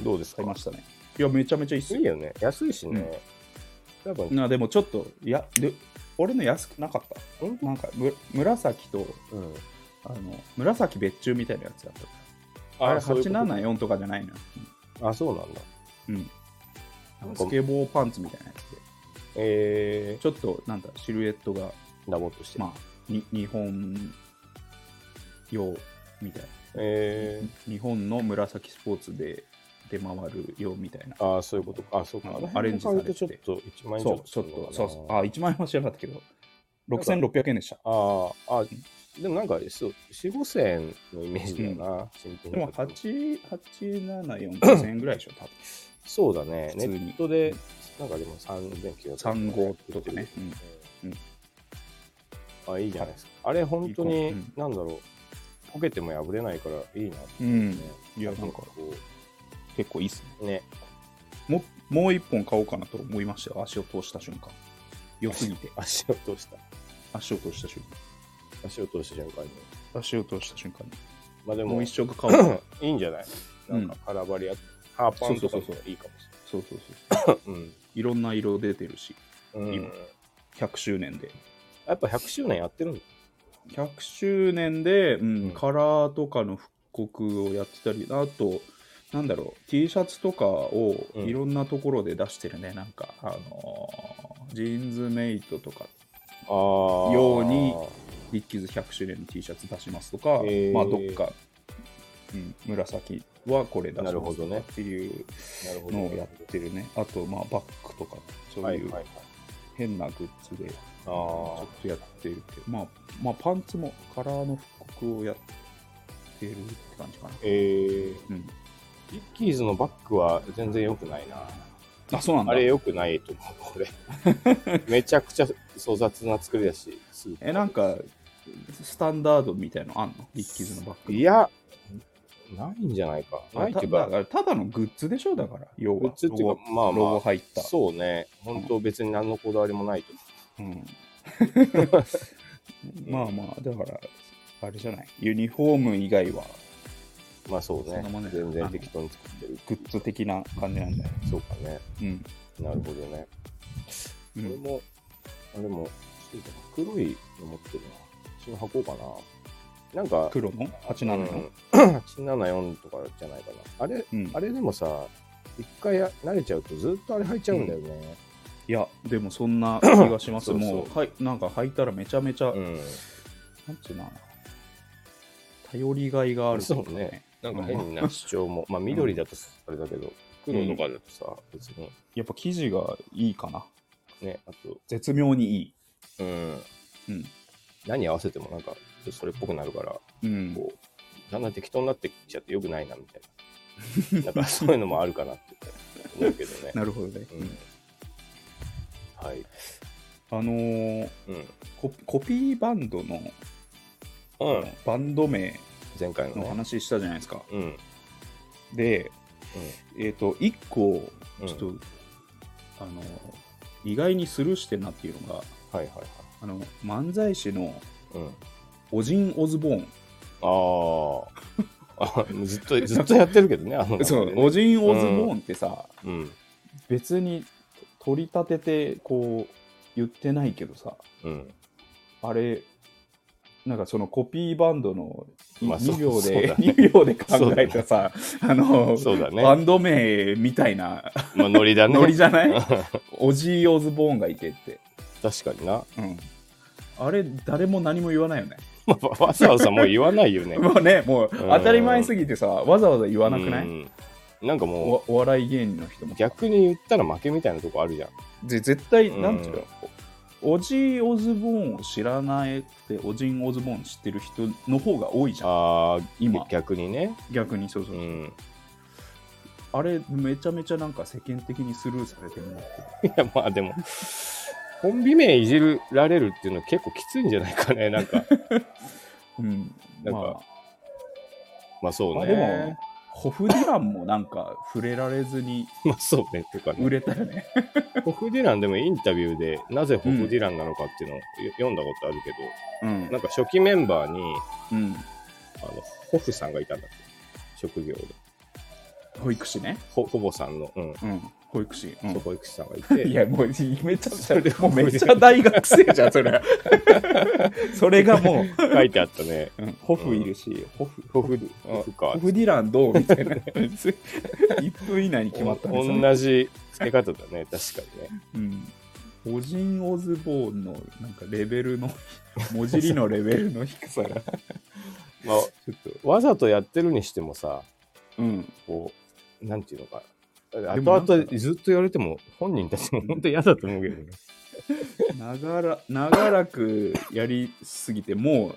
Speaker 2: どうですか
Speaker 1: 買いましたね。いや、めちゃめちゃいいっす
Speaker 2: い
Speaker 1: よ
Speaker 2: い。よね。安いしね。多分、
Speaker 1: なでもちょっと、いや、で俺の安くなかった。
Speaker 2: 本
Speaker 1: なんかむ、紫と、
Speaker 2: 当うん。
Speaker 1: あの、紫別注みたいなやつだった。あ
Speaker 2: あ
Speaker 1: れ、
Speaker 2: そういうこと
Speaker 1: 874とかじゃないのよ。
Speaker 2: あ、そうなんだ。
Speaker 1: うん。なんか
Speaker 2: ご
Speaker 1: スケボーパンツみたいなやつで、
Speaker 2: え
Speaker 1: ちょっと、なんだ、シルエットが、
Speaker 2: ー、ダボっとして。
Speaker 1: まあ、に日本用みたいな。
Speaker 2: え
Speaker 1: 日本の紫スポーツで出回る用みたいな。
Speaker 2: ー、あー、そういうことか。あ、そうか。
Speaker 1: うん
Speaker 2: あの辺
Speaker 1: アレンジされてて
Speaker 2: ちょっと1万円
Speaker 1: そう、ちょっと、そうそう。あ、1万円は知らなかったけど、6600円でした。
Speaker 2: ああ、あでもなんか、そう、4、5千のイメージだな、新品
Speaker 1: でも、
Speaker 2: の時
Speaker 1: 8、874、5000円ぐらいでしょ、多分。
Speaker 2: そうだね、
Speaker 1: 普通
Speaker 2: ネ
Speaker 1: に
Speaker 2: ットで、なんかでも3900
Speaker 1: 35とかね。うん
Speaker 2: あ、いいじゃないですか。あれ、本当
Speaker 1: いい
Speaker 2: に
Speaker 1: かも、
Speaker 2: なんだろう、ポケても破れないからいいなって
Speaker 1: う
Speaker 2: ね
Speaker 1: ん。。いや、な
Speaker 2: なん
Speaker 1: ん
Speaker 2: か
Speaker 1: か
Speaker 2: こ
Speaker 1: 結構いいっすね。
Speaker 2: う、ね、
Speaker 1: ももう一本買おうかなと思いましたよ、足を通した瞬間。良すぎて、
Speaker 2: 足を通した。
Speaker 1: 足を通した瞬
Speaker 2: 足を通した瞬間に。
Speaker 1: 間。足を通した瞬間に。
Speaker 2: まあで
Speaker 1: も
Speaker 2: も、
Speaker 1: う
Speaker 2: い
Speaker 1: 一色買おう。
Speaker 2: いんじゃないなんか、空張りあって、ハーパンとかもいいかもし
Speaker 1: そうそうそう。
Speaker 2: れない。うん
Speaker 1: いろんな色出てるし、
Speaker 2: うん
Speaker 1: 今100周年で。
Speaker 2: やっぱ100周年やってるんだ。
Speaker 1: 100周年で、うん
Speaker 2: うん
Speaker 1: カラーとかの復刻をやってたりあとなんだろう T シャツとかを
Speaker 2: うん
Speaker 1: いろんなところで出してるね、なんかあのージーンズメイトとか
Speaker 2: ああ。
Speaker 1: ようにリッキーズ100周年の T シャツ出しますとか、
Speaker 2: へー
Speaker 1: まあどっか、うん、紫はこれ出しま
Speaker 2: な
Speaker 1: す
Speaker 2: るほ
Speaker 1: と
Speaker 2: ど
Speaker 1: か
Speaker 2: ね
Speaker 1: っていう
Speaker 2: なるほど
Speaker 1: のをやってるねあとまあバッグとかそう
Speaker 2: はい
Speaker 1: いう
Speaker 2: はいはい。
Speaker 1: 変なグッズでち
Speaker 2: あ
Speaker 1: ょ
Speaker 2: あ
Speaker 1: っとやってるけど、まあ、まあパンツもカラーの復刻をやってるって感じかな。
Speaker 2: えー、
Speaker 1: うん、
Speaker 2: リッキーズのバッグは全然良くないな。
Speaker 1: あ、そうなんだ。
Speaker 2: あれ良くないと思う、これ。めちゃくちゃ粗雑な作りだし、スーパー
Speaker 1: え、なんか、スタンダードみたいのあんのリッキーズのバッグ。
Speaker 2: いや、ないんじゃないか。ないって
Speaker 1: た
Speaker 2: いう
Speaker 1: だ
Speaker 2: か、
Speaker 1: からただのグッズでしょ、だから、要は。
Speaker 2: グッズっていうか、まあ
Speaker 1: ロゴロゴ
Speaker 2: ま
Speaker 1: 入った。
Speaker 2: あ、そうね。本当別に何のこだわりもないと思
Speaker 1: うん まあまあ、だから、あれじゃない。ユニフォーム以外は、
Speaker 2: う。まあそう
Speaker 1: そん
Speaker 2: ね
Speaker 1: なもんね。
Speaker 2: 全然適当に作ってる。
Speaker 1: グッズ的な感じなんだよ。
Speaker 2: そうかね。
Speaker 1: うん。
Speaker 2: なるほど
Speaker 1: う
Speaker 2: ね。これ
Speaker 1: ん、
Speaker 2: も、あれも、そうか黒いの持ってるな。一緒に履こうかな。なんか、
Speaker 1: 黒の ?87 の、
Speaker 2: うん874と かじゃないかな。あれ、
Speaker 1: うん
Speaker 2: あれでもさ、一回や慣れちゃうとずっとあれ履いちゃうんだよね。
Speaker 1: いや、でもそんな気がします。
Speaker 2: そうそう
Speaker 1: もう、はい、なんか履いたらめちゃめちゃ、
Speaker 2: うん。
Speaker 1: なんつうのかな頼りがいがあるというか
Speaker 2: そうねなんか変な主 張も、まあ緑だとあれだけど、黒とかだとさ、別に、
Speaker 1: やっぱ生地がいいかな。
Speaker 2: ね、あと、
Speaker 1: 絶妙にいい。
Speaker 2: うん、
Speaker 1: うん。
Speaker 2: 何合わせてもなんか、ちょっとそれっぽくなるから、
Speaker 1: うん。
Speaker 2: こう、だんだん適当になってきちゃってよくないな、み たいな。なんかそういうのもあるかなって思うけどね。
Speaker 1: なるほどね。
Speaker 2: うん。はい。
Speaker 1: あのー
Speaker 2: うん。
Speaker 1: コ、コピーバンドの
Speaker 2: うん。
Speaker 1: バンド名
Speaker 2: 前回の
Speaker 1: の
Speaker 2: ね。
Speaker 1: 話したじゃないですか。
Speaker 2: うん。うん
Speaker 1: で、えっ、と、1個、ちょっと、あのー意外にスルーしてんなっていうのが、
Speaker 2: はいはいはい。
Speaker 1: あの、漫才師の
Speaker 2: うん。
Speaker 1: オジン・オズボーン。
Speaker 2: ああ。 ずっと、ずっとやってるけどね、あの、
Speaker 1: そう、
Speaker 2: ね。
Speaker 1: オジン・オズボーンってさ、
Speaker 2: うん。
Speaker 1: 別に取り立ててこう言ってないけどさ
Speaker 2: うん。
Speaker 1: あれなんかそのコピーバンドの
Speaker 2: まあ
Speaker 1: 2
Speaker 2: そう
Speaker 1: 秒
Speaker 2: そう
Speaker 1: で、
Speaker 2: だね
Speaker 1: 2秒で考えたさ、あの、
Speaker 2: そうだね
Speaker 1: バンド名みたいな
Speaker 2: まあ、ノリだね。
Speaker 1: ノリじゃないオジー・オズボーンがいてって、
Speaker 2: 確かにな。
Speaker 1: うん、あれ誰も何も言わないよね
Speaker 2: まあ、わざわざもう言わないよね。
Speaker 1: もうね、もう当たり前すぎてさ、わざわざ言わなくな
Speaker 2: う
Speaker 1: い
Speaker 2: んなんかも
Speaker 1: おお笑い芸人の人も
Speaker 2: う、。逆に言ったら負けみたいなとこあるじゃん。
Speaker 1: で絶対、
Speaker 2: うん
Speaker 1: なんていうの、オジー・オズボーンを知らなくて、オジン・オズボーン知ってる人の方が多いじゃん。
Speaker 2: ああ、
Speaker 1: 今
Speaker 2: 逆にね。
Speaker 1: 逆にそうそううそう、
Speaker 2: ん。
Speaker 1: あれ、めちゃめちゃなんか世間的にスルーされてるなって
Speaker 2: いや、まあでも、コンビ名いじられるっていうの結構きついんじゃないかね。な んか、
Speaker 1: うん。
Speaker 2: なんか
Speaker 1: ま
Speaker 2: まあそう
Speaker 1: あ、まあ
Speaker 2: ね。
Speaker 1: でも、ホフ・ディランもなんか触れられずに
Speaker 2: まあそうね。とかね
Speaker 1: 売。れたよね。
Speaker 2: ホフディランでもインタビューでなぜホフディランなのかっていうのをよ読んだことあるけど、
Speaker 1: うん
Speaker 2: なんか初期メンバーに
Speaker 1: うん。
Speaker 2: あのホフさんがいたんだって職業で
Speaker 1: 保育士ね。
Speaker 2: ほほぼさんの、うん
Speaker 1: うん。保育士。うん
Speaker 2: そう保育士さんがいて
Speaker 1: いや、もうめっちゃ、
Speaker 2: それで
Speaker 1: もうめっちゃ大学生じゃん、それ。 それがも
Speaker 2: 書いてあったね
Speaker 1: う、ホフいるし、ホフ、
Speaker 2: ホフホフか
Speaker 1: ホフディランどうみたい な。1分以内に決まったんですよね。
Speaker 2: 同じ付け方だね確かにね
Speaker 1: うん。オジン・オズボーンのなんかレベルの、文字りのレベルの低さが、ち
Speaker 2: まあ
Speaker 1: ょっと。
Speaker 2: わざとやってるにしてもさ
Speaker 1: うん。
Speaker 2: こうなんていうのかな
Speaker 1: でもなん
Speaker 2: 後
Speaker 1: か
Speaker 2: 々ずっと言われても本人たちも本当嫌だと思うけどね
Speaker 1: ながら、長らくやりすぎて、もう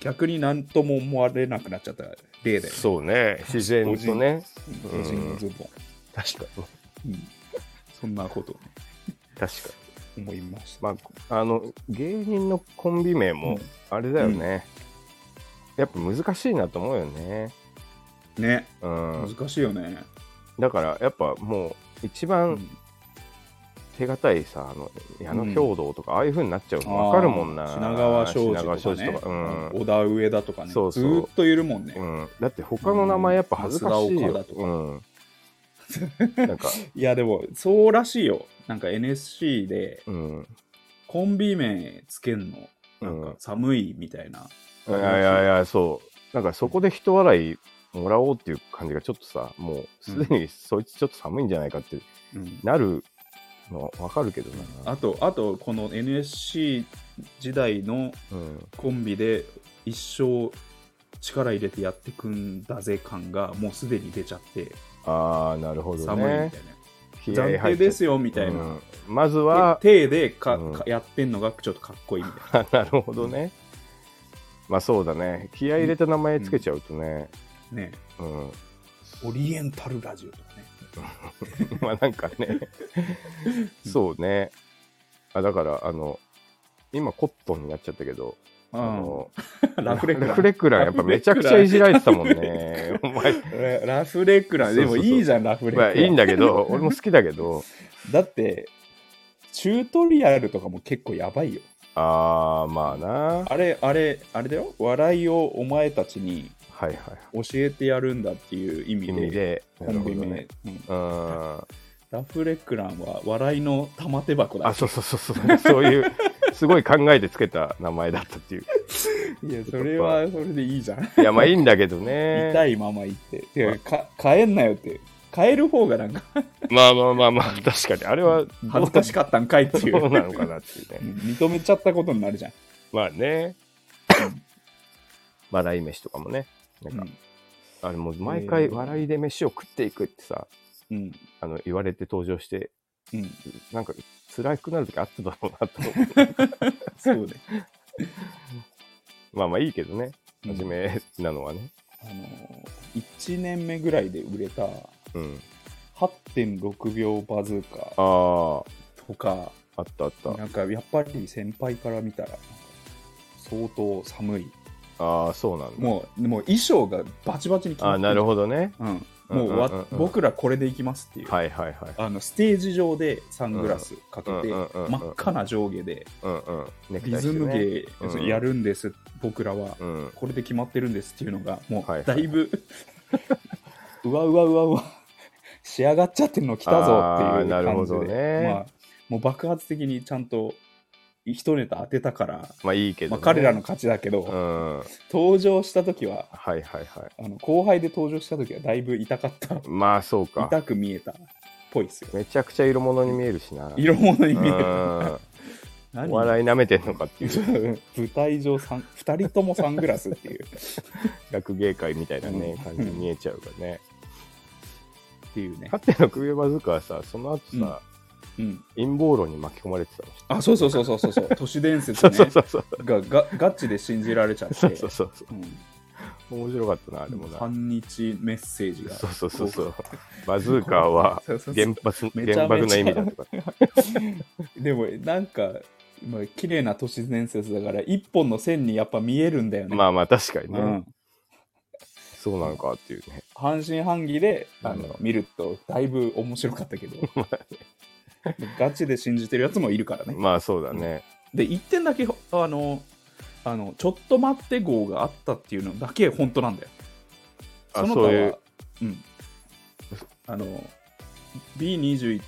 Speaker 1: 逆になんとも思われなくなっちゃった例だよね。
Speaker 2: そうね自然とね
Speaker 1: うんオジン・オズボーン。
Speaker 2: 確かに
Speaker 1: うんそんなことをね
Speaker 2: 確かに
Speaker 1: 思いました。
Speaker 2: まあ、あの芸人のコンビ名
Speaker 1: うん
Speaker 2: もあれだよね、やっぱ難しいなと思うよね、
Speaker 1: ね、
Speaker 2: うん、
Speaker 1: 難しいよね。
Speaker 2: だからやっぱもう一
Speaker 1: う
Speaker 2: 番
Speaker 1: ん
Speaker 2: 手堅いさあの矢野兵道とかああいうふうになっちゃうの
Speaker 1: あー
Speaker 2: 分かるもんな
Speaker 1: 品川庄
Speaker 2: 品川
Speaker 1: 司と
Speaker 2: 庄
Speaker 1: かね
Speaker 2: 司とか、うん
Speaker 1: 小田上田とかね
Speaker 2: そうそう
Speaker 1: ずーっといるもんね、
Speaker 2: うん、だって他の名前やっぱ恥ずかしい
Speaker 1: うん増田岡田と、
Speaker 2: よ
Speaker 1: か
Speaker 2: うん、なんか、
Speaker 1: いやでもそうらしいよなんか NSC で
Speaker 2: うん、
Speaker 1: コンビ名つけんのなん
Speaker 2: う
Speaker 1: か
Speaker 2: ん
Speaker 1: 寒いみたいな、
Speaker 2: いやいやいやそうなんかそこで人笑いもらおうっていう感じがちょっとさもうすでにそいつちょっと寒いんじゃないかって
Speaker 1: うん
Speaker 2: なるのはわかるけどな。
Speaker 1: あとあとこの NSC 時代の
Speaker 2: うん、
Speaker 1: コンビで一生力入れてやってくんだぜ感がもうすでに出ちゃって
Speaker 2: ああ、なるほど
Speaker 1: 寒いみ
Speaker 2: ね。
Speaker 1: たいな、暫定です
Speaker 2: よ、
Speaker 1: よみたいな、
Speaker 2: うんまずは、
Speaker 1: 手でか、
Speaker 2: うん
Speaker 1: かやってんのがちょっとかっこいいみたい
Speaker 2: なるほどね。まあそうだね。気合い入れた名前つけちゃうとね。
Speaker 1: なね
Speaker 2: うん。
Speaker 1: オリエンタルラジオとかね
Speaker 2: まあなんかね。そうね。あだから、あの、今コットンになっちゃったけど、
Speaker 1: あ
Speaker 2: あ
Speaker 1: の
Speaker 2: の
Speaker 1: ラフレクラン
Speaker 2: ラフレクランやっぱめちゃくちゃいじられてたもんね。お前、
Speaker 1: ララフレクランでも
Speaker 2: そうそうそう
Speaker 1: いいじゃんラフレク
Speaker 2: ま
Speaker 1: ラ
Speaker 2: あ
Speaker 1: ン、
Speaker 2: いいんだけど、俺も好きだけど、
Speaker 1: だってチュートリアルとかも結構やばいよ
Speaker 2: ああまあな。はい
Speaker 1: あれあれあれだよ笑いをお前たちに
Speaker 2: はい。
Speaker 1: 教えてやるんだっていう意味
Speaker 2: 意
Speaker 1: で
Speaker 2: 味で、
Speaker 1: コンビ名、
Speaker 2: ね。
Speaker 1: うん
Speaker 2: うん。あ、
Speaker 1: ラフレクランは笑いの玉手箱だ
Speaker 2: そうそうそうそう。そういう、すごい考えてつけた名前だったっていう。
Speaker 1: いやそれはそれでいいじゃん
Speaker 2: いや、まあいいんだけどね。
Speaker 1: 痛いまま言っててか帰んなよって帰る方がなんか
Speaker 2: まあまあまあまあ、確かに。あれは、
Speaker 1: 恥ずかしかったんかいってい
Speaker 2: どう
Speaker 1: う
Speaker 2: なのかなっていう
Speaker 1: う
Speaker 2: ね。
Speaker 1: ん認めちゃったことになるじゃん、
Speaker 2: まあね。 笑い飯とかもね。なん
Speaker 1: う
Speaker 2: か、
Speaker 1: ん
Speaker 2: あれもう毎回笑いで飯を食っていくってさ、
Speaker 1: うん
Speaker 2: あの、言われて登場して、
Speaker 1: うん、
Speaker 2: なんか辛くなる時あっただろうなと 思う。
Speaker 1: そうね
Speaker 2: まあまあいいけどね。
Speaker 1: うん
Speaker 2: 真面目なのはね。
Speaker 1: あの1年目ぐらいで売れた
Speaker 2: うん。
Speaker 1: 8.6秒バズーカ
Speaker 2: あ
Speaker 1: とか
Speaker 2: あ、あったあった。
Speaker 1: なんかやっぱり先輩から見たらなんか相当寒い
Speaker 2: ああ、そうなんだ。
Speaker 1: もうもう衣装がバチバチに決
Speaker 2: あ
Speaker 1: ま
Speaker 2: あ、
Speaker 1: って
Speaker 2: なる
Speaker 1: ほ
Speaker 2: ほどね。
Speaker 1: ど、うん、もうわ、
Speaker 2: うんうんうんうん
Speaker 1: 僕らこれでいきますっていう、
Speaker 2: はいはいはい。
Speaker 1: あのステージ上でサングラスかけて、
Speaker 2: うんうんうんうん
Speaker 1: 真っ赤な上下で
Speaker 2: うんうん。ネク
Speaker 1: リ
Speaker 2: タイして
Speaker 1: ズ
Speaker 2: ね
Speaker 1: ム芸
Speaker 2: うん
Speaker 1: やるんです、僕らは、
Speaker 2: うん。
Speaker 1: これで決まってるんですっていうのがも
Speaker 2: はいうは
Speaker 1: だ
Speaker 2: い
Speaker 1: いぶ、うわうわうわうわ仕上がっちゃってるの来たぞっていう感じで
Speaker 2: あーなるほどね
Speaker 1: まあ、もう爆発的にちゃんと一ネタ当てたから、
Speaker 2: まあいいけど、ね。
Speaker 1: まあ、彼らの勝ちだけど、
Speaker 2: うん。はい
Speaker 1: 登場した時は
Speaker 2: はいは
Speaker 1: あの後輩で登場した時はだいぶ痛かった
Speaker 2: い。まあそうか。
Speaker 1: 痛く見えたっぽいっすよ
Speaker 2: めちゃくちゃ色物に見えるしな。
Speaker 1: 色物に見え
Speaker 2: う
Speaker 1: る
Speaker 2: ん
Speaker 1: 何
Speaker 2: お笑い舐めてんのかっていう、
Speaker 1: 舞台上さん2人ともサングラスっていう
Speaker 2: 学芸会みたいな
Speaker 1: う、
Speaker 2: ね
Speaker 1: ん
Speaker 2: 感じに見えちゃうからね。
Speaker 1: っていうね
Speaker 2: か、つての首輪塚はさ、その後さ、
Speaker 1: うん、
Speaker 2: 陰謀論に巻き込まれてたの。
Speaker 1: あそうそうそうそう そうそう都市伝説
Speaker 2: そ
Speaker 1: ね
Speaker 2: うそうそうそう。
Speaker 1: ががガチで信じられちゃって
Speaker 2: そうそうそうそ
Speaker 1: う
Speaker 2: う。
Speaker 1: ん
Speaker 2: 面白かったな、でもな。
Speaker 1: 反日メッセージが
Speaker 2: そうそうそうそう。バズーカーは
Speaker 1: そうそうそう
Speaker 2: 原発、
Speaker 1: めちゃめちゃ
Speaker 2: 原爆の意味だとか。
Speaker 1: でもなんかまあ綺麗な都市伝説だから一本の線にやっぱ見えるんだよね、
Speaker 2: まあまあ確かにね、
Speaker 1: うん、
Speaker 2: そうなのかっていうね。
Speaker 1: 半信半疑であの、
Speaker 2: うん
Speaker 1: 見るとだいぶ面白かった けどガチで信じてるやつもいるからね
Speaker 2: まあそうだね。
Speaker 1: で1点だけあのあのちょっと待って号があったっていうのだけ本当なんだよ
Speaker 2: あ
Speaker 1: その他
Speaker 2: そうい
Speaker 1: は
Speaker 2: う、
Speaker 1: うん、あの B21、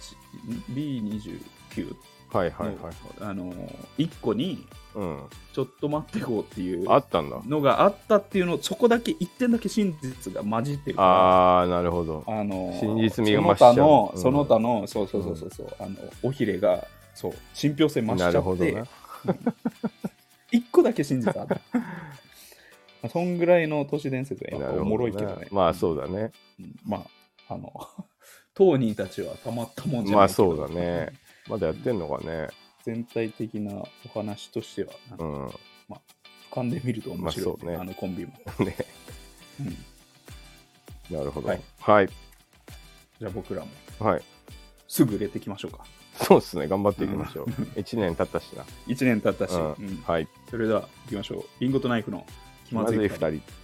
Speaker 1: B29
Speaker 2: はいはいはいはい。
Speaker 1: あの1個に
Speaker 2: うん。
Speaker 1: ちょっと待ってこうっていう
Speaker 2: あったんだ。
Speaker 1: のがあったっていうのそこだけ1点だけ真実が混じってるから
Speaker 2: ああ、なるほど。
Speaker 1: あの
Speaker 2: 真実味が増しち
Speaker 1: そ
Speaker 2: ゃ
Speaker 1: うの他の、
Speaker 2: うん
Speaker 1: その他のそうそうそうそうそう、あのおひれがそう信憑性増しちゃ
Speaker 2: な
Speaker 1: っ
Speaker 2: るほど
Speaker 1: て、
Speaker 2: な。
Speaker 1: 一個だけ真実ある。 まあそんぐらいの都市伝説はやっぱおもろいけど
Speaker 2: なるほ
Speaker 1: ね。
Speaker 2: まあそうだね。
Speaker 1: うんまあ、あの、 当人たちはたまったもんじゃないけど
Speaker 2: まあそうだね。。まだやってんのかね。
Speaker 1: 全体的なお話としては、なん
Speaker 2: う
Speaker 1: か
Speaker 2: ん。
Speaker 1: 俯瞰で見ると面白い、
Speaker 2: まあそうね
Speaker 1: あのコンビも。
Speaker 2: ね。
Speaker 1: うん
Speaker 2: なるほど。
Speaker 1: は
Speaker 2: はいい。はい。
Speaker 1: じゃあ僕らも
Speaker 2: はい。
Speaker 1: すぐ売れていきましょうか。
Speaker 2: そうですね。頑張っていきましょう。1年 経ったしな。
Speaker 1: 1年経ったし、
Speaker 2: うん
Speaker 1: うん
Speaker 2: はい。
Speaker 1: それでは行きましょう。リンゴとナイフの気
Speaker 2: ま
Speaker 1: ま
Speaker 2: ず
Speaker 1: ず
Speaker 2: い
Speaker 1: い
Speaker 2: 2
Speaker 1: 二
Speaker 2: 人。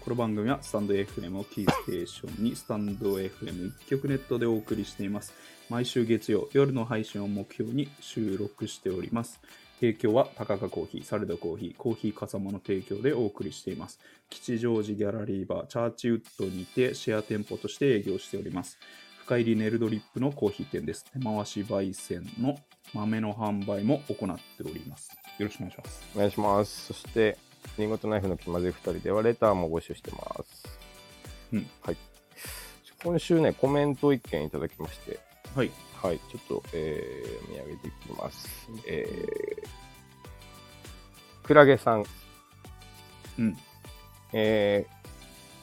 Speaker 1: この番組はスタンド FM をキーステーションにスタンド FM 一曲ネットでお送りしています。毎週月曜夜の配信を目標に収録しております。提供は高カコーヒー、サルドコーヒー、コーヒーかさまの提供でお送りしています。吉祥寺ギャラリーバー、チャーチウッドにてシェア店舗として営業しております。深入りネルドリップのコーヒー店です。手回し焙煎の豆の販売も行っております。よろしくお願いします。
Speaker 2: お願いします。そして、リンゴとナイフの気まずい2人ではレターも募集してます。
Speaker 1: うん
Speaker 2: はい。今週ね、コメントを1件いただきまして、
Speaker 1: はい。
Speaker 2: はい、ちょっと、えー、見上げていきます。えー、クラゲさん、
Speaker 1: うん。
Speaker 2: えー、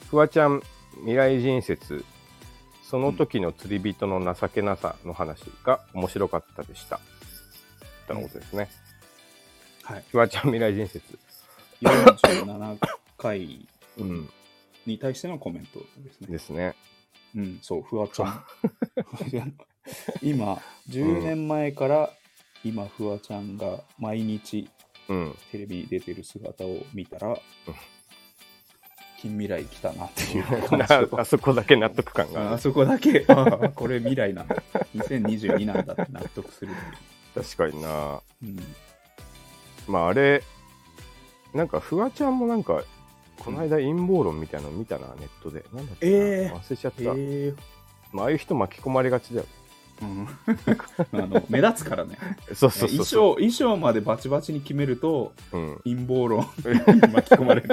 Speaker 2: フワちゃん未来人説、その時の釣り人の情けなさの話が面白かったでした。とのことですね。
Speaker 1: はい。
Speaker 2: フワちゃん未来人説。
Speaker 1: 47回
Speaker 2: うん。
Speaker 1: に対してのコメントですね。
Speaker 2: ですね。
Speaker 1: うん、そう、フワちゃ ん。今、10年前から、今、フワちゃんが毎日
Speaker 2: うん。
Speaker 1: テレビに出てる姿を見たら、近未来来たなっていう感じ
Speaker 2: な あそこだけ納得感が
Speaker 1: あ
Speaker 2: ある
Speaker 1: そこだけ、ああこれ未来なんだ。2022なんだって納得する
Speaker 2: 確かにな
Speaker 1: という。
Speaker 2: まああれなんかフワちゃんもなんかこの間陰謀論みたいなの見たなネットでなんだっけな、
Speaker 1: えー
Speaker 2: 忘れちゃった、
Speaker 1: うん、へえ
Speaker 2: まあ、ああいう人巻き込まれがちだよ
Speaker 1: うん、あの目立つからね
Speaker 2: そう そうそう
Speaker 1: 衣装
Speaker 2: そう
Speaker 1: 衣装までバチバチに決めると
Speaker 2: うん、
Speaker 1: 陰 謀論に巻き込まれる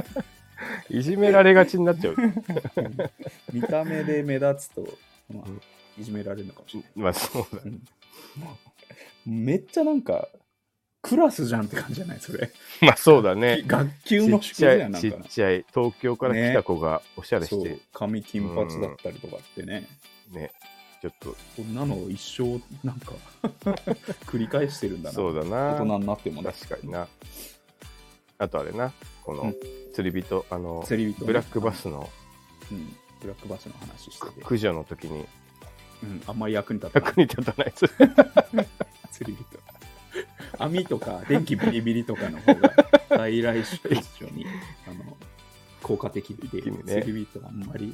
Speaker 2: いじめられがちになっちゃう
Speaker 1: 見た目で目立つと、まあ
Speaker 2: うん、
Speaker 1: いじめられるのかもしれない。
Speaker 2: まあそうだ
Speaker 1: めっちゃなんか、クラスじゃんって感じじゃないそれ。
Speaker 2: まあそうだね
Speaker 1: 学
Speaker 2: ち
Speaker 1: 級
Speaker 2: っ
Speaker 1: の
Speaker 2: ち
Speaker 1: 宿
Speaker 2: ゃ
Speaker 1: 題や
Speaker 2: い
Speaker 1: な
Speaker 2: ち
Speaker 1: ん
Speaker 2: っ
Speaker 1: かな。
Speaker 2: ちゃい東京から来た子がおしゃれし
Speaker 1: そ
Speaker 2: て、
Speaker 1: う、髪金髪だったりとかってね、
Speaker 2: ねちょっと
Speaker 1: こんなの一生、なん か、繰り返してるんだな。
Speaker 2: そうだ
Speaker 1: 大
Speaker 2: な
Speaker 1: 人になってもね。
Speaker 2: 確かになあとあれなこ
Speaker 1: う
Speaker 2: の
Speaker 1: ん
Speaker 2: 釣り人、あの
Speaker 1: セリビとね
Speaker 2: ブラックバ、スの
Speaker 1: うん。ブラックバスの話してて、
Speaker 2: 駆除の時に
Speaker 1: うん、あんまり役に立たない
Speaker 2: 役。に立たないやつ
Speaker 1: セリビと。網とか、電気ビリビリとかの方 が、外来種と一緒に、あの、効果的で、
Speaker 2: 的に
Speaker 1: セ
Speaker 2: ね
Speaker 1: リビとあんまり。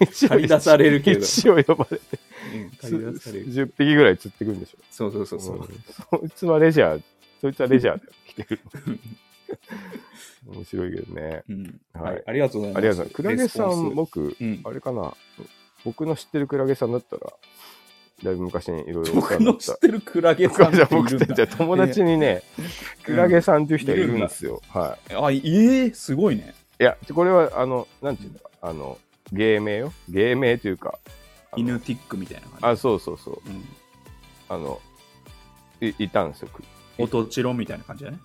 Speaker 2: 一
Speaker 1: 借り出されるけど
Speaker 2: 一応呼ばれて
Speaker 1: 借り出される。
Speaker 2: 10匹ぐらい釣ってくるんでしょ
Speaker 1: そうそうそうそう。
Speaker 2: うんそいつはレジャーそいつはレジャーで来てく る面白いけどね
Speaker 1: うん。
Speaker 2: はい
Speaker 1: はい。ありがとうございます。
Speaker 2: ありがとうございますクラゲさ
Speaker 1: レスポン
Speaker 2: ん
Speaker 1: ス
Speaker 2: 僕
Speaker 1: うん
Speaker 2: あ。れかな僕の知ってるクラゲさんだったらだいぶ昔にいろいろ
Speaker 1: 僕の知ってるクラゲさんって
Speaker 2: じゃ
Speaker 1: い
Speaker 2: 僕
Speaker 1: る
Speaker 2: っ
Speaker 1: ん
Speaker 2: てじゃ
Speaker 1: だ
Speaker 2: あ友達にね、クラゲさんっていう人がいるんですよ。は
Speaker 1: あ、ええすごいね。
Speaker 2: い。いや、これは、あの、なんていうの、あの、芸名よ。芸名というか。あの
Speaker 1: 犬ティックみたいな感
Speaker 2: あ、そうそうそう。
Speaker 1: じ。うん。
Speaker 2: あの、いいたんですよ。
Speaker 1: 音チロみたいな感じだね。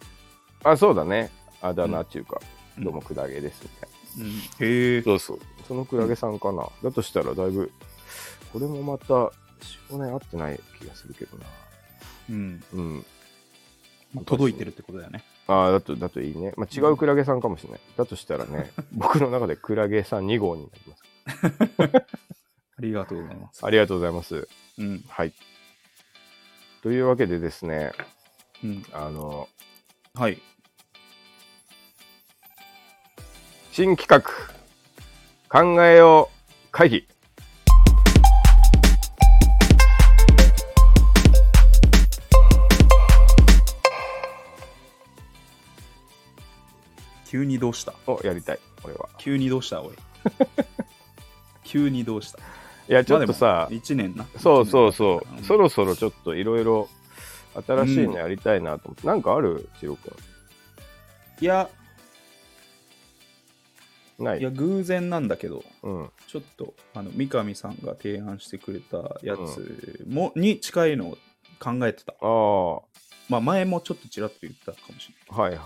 Speaker 2: あ、そうだね。あだ名っていうか、
Speaker 1: うん
Speaker 2: どうもクラゲですみたいな。
Speaker 1: うん。へえ。
Speaker 2: そうそう。そのクラゲさんかな。だとしたら、だいぶ、これもまた、4、5年合ってない気がするけどな。
Speaker 1: うん。
Speaker 2: うん。
Speaker 1: まあ届いてるってことだよね。
Speaker 2: ああ、だと、だといいね。まあ、違うクラゲさんかもしれない。だとしたらね、 僕の中でクラゲさん2号になります。
Speaker 1: ありがとうございます。
Speaker 2: ありがとうございます。
Speaker 1: うん。
Speaker 2: はい。というわけでですね、
Speaker 1: うん。
Speaker 2: あの、
Speaker 1: はい。
Speaker 2: 新企画、考えよう会議。
Speaker 1: 急にどうした
Speaker 2: をやりたい、俺は。
Speaker 1: 急にどうしたおい。 急にどうした
Speaker 2: いや、ちょっとさ、
Speaker 1: 1年な。
Speaker 2: そうそう
Speaker 1: 一
Speaker 2: そ
Speaker 1: 年だったから
Speaker 2: う、
Speaker 1: ん
Speaker 2: そろそろちょっといろいろ新しいのやりたいなと思って、なんかある千代
Speaker 1: いや、
Speaker 2: 君。ない
Speaker 1: いや、偶然なんだけど、
Speaker 2: うん。
Speaker 1: ちょっと、あの、三上さんが提案してくれたやつも、に近いのを考えてた。
Speaker 2: ああ、は
Speaker 1: まあ、前もちょっとちらっと言ったかもし
Speaker 2: いはい。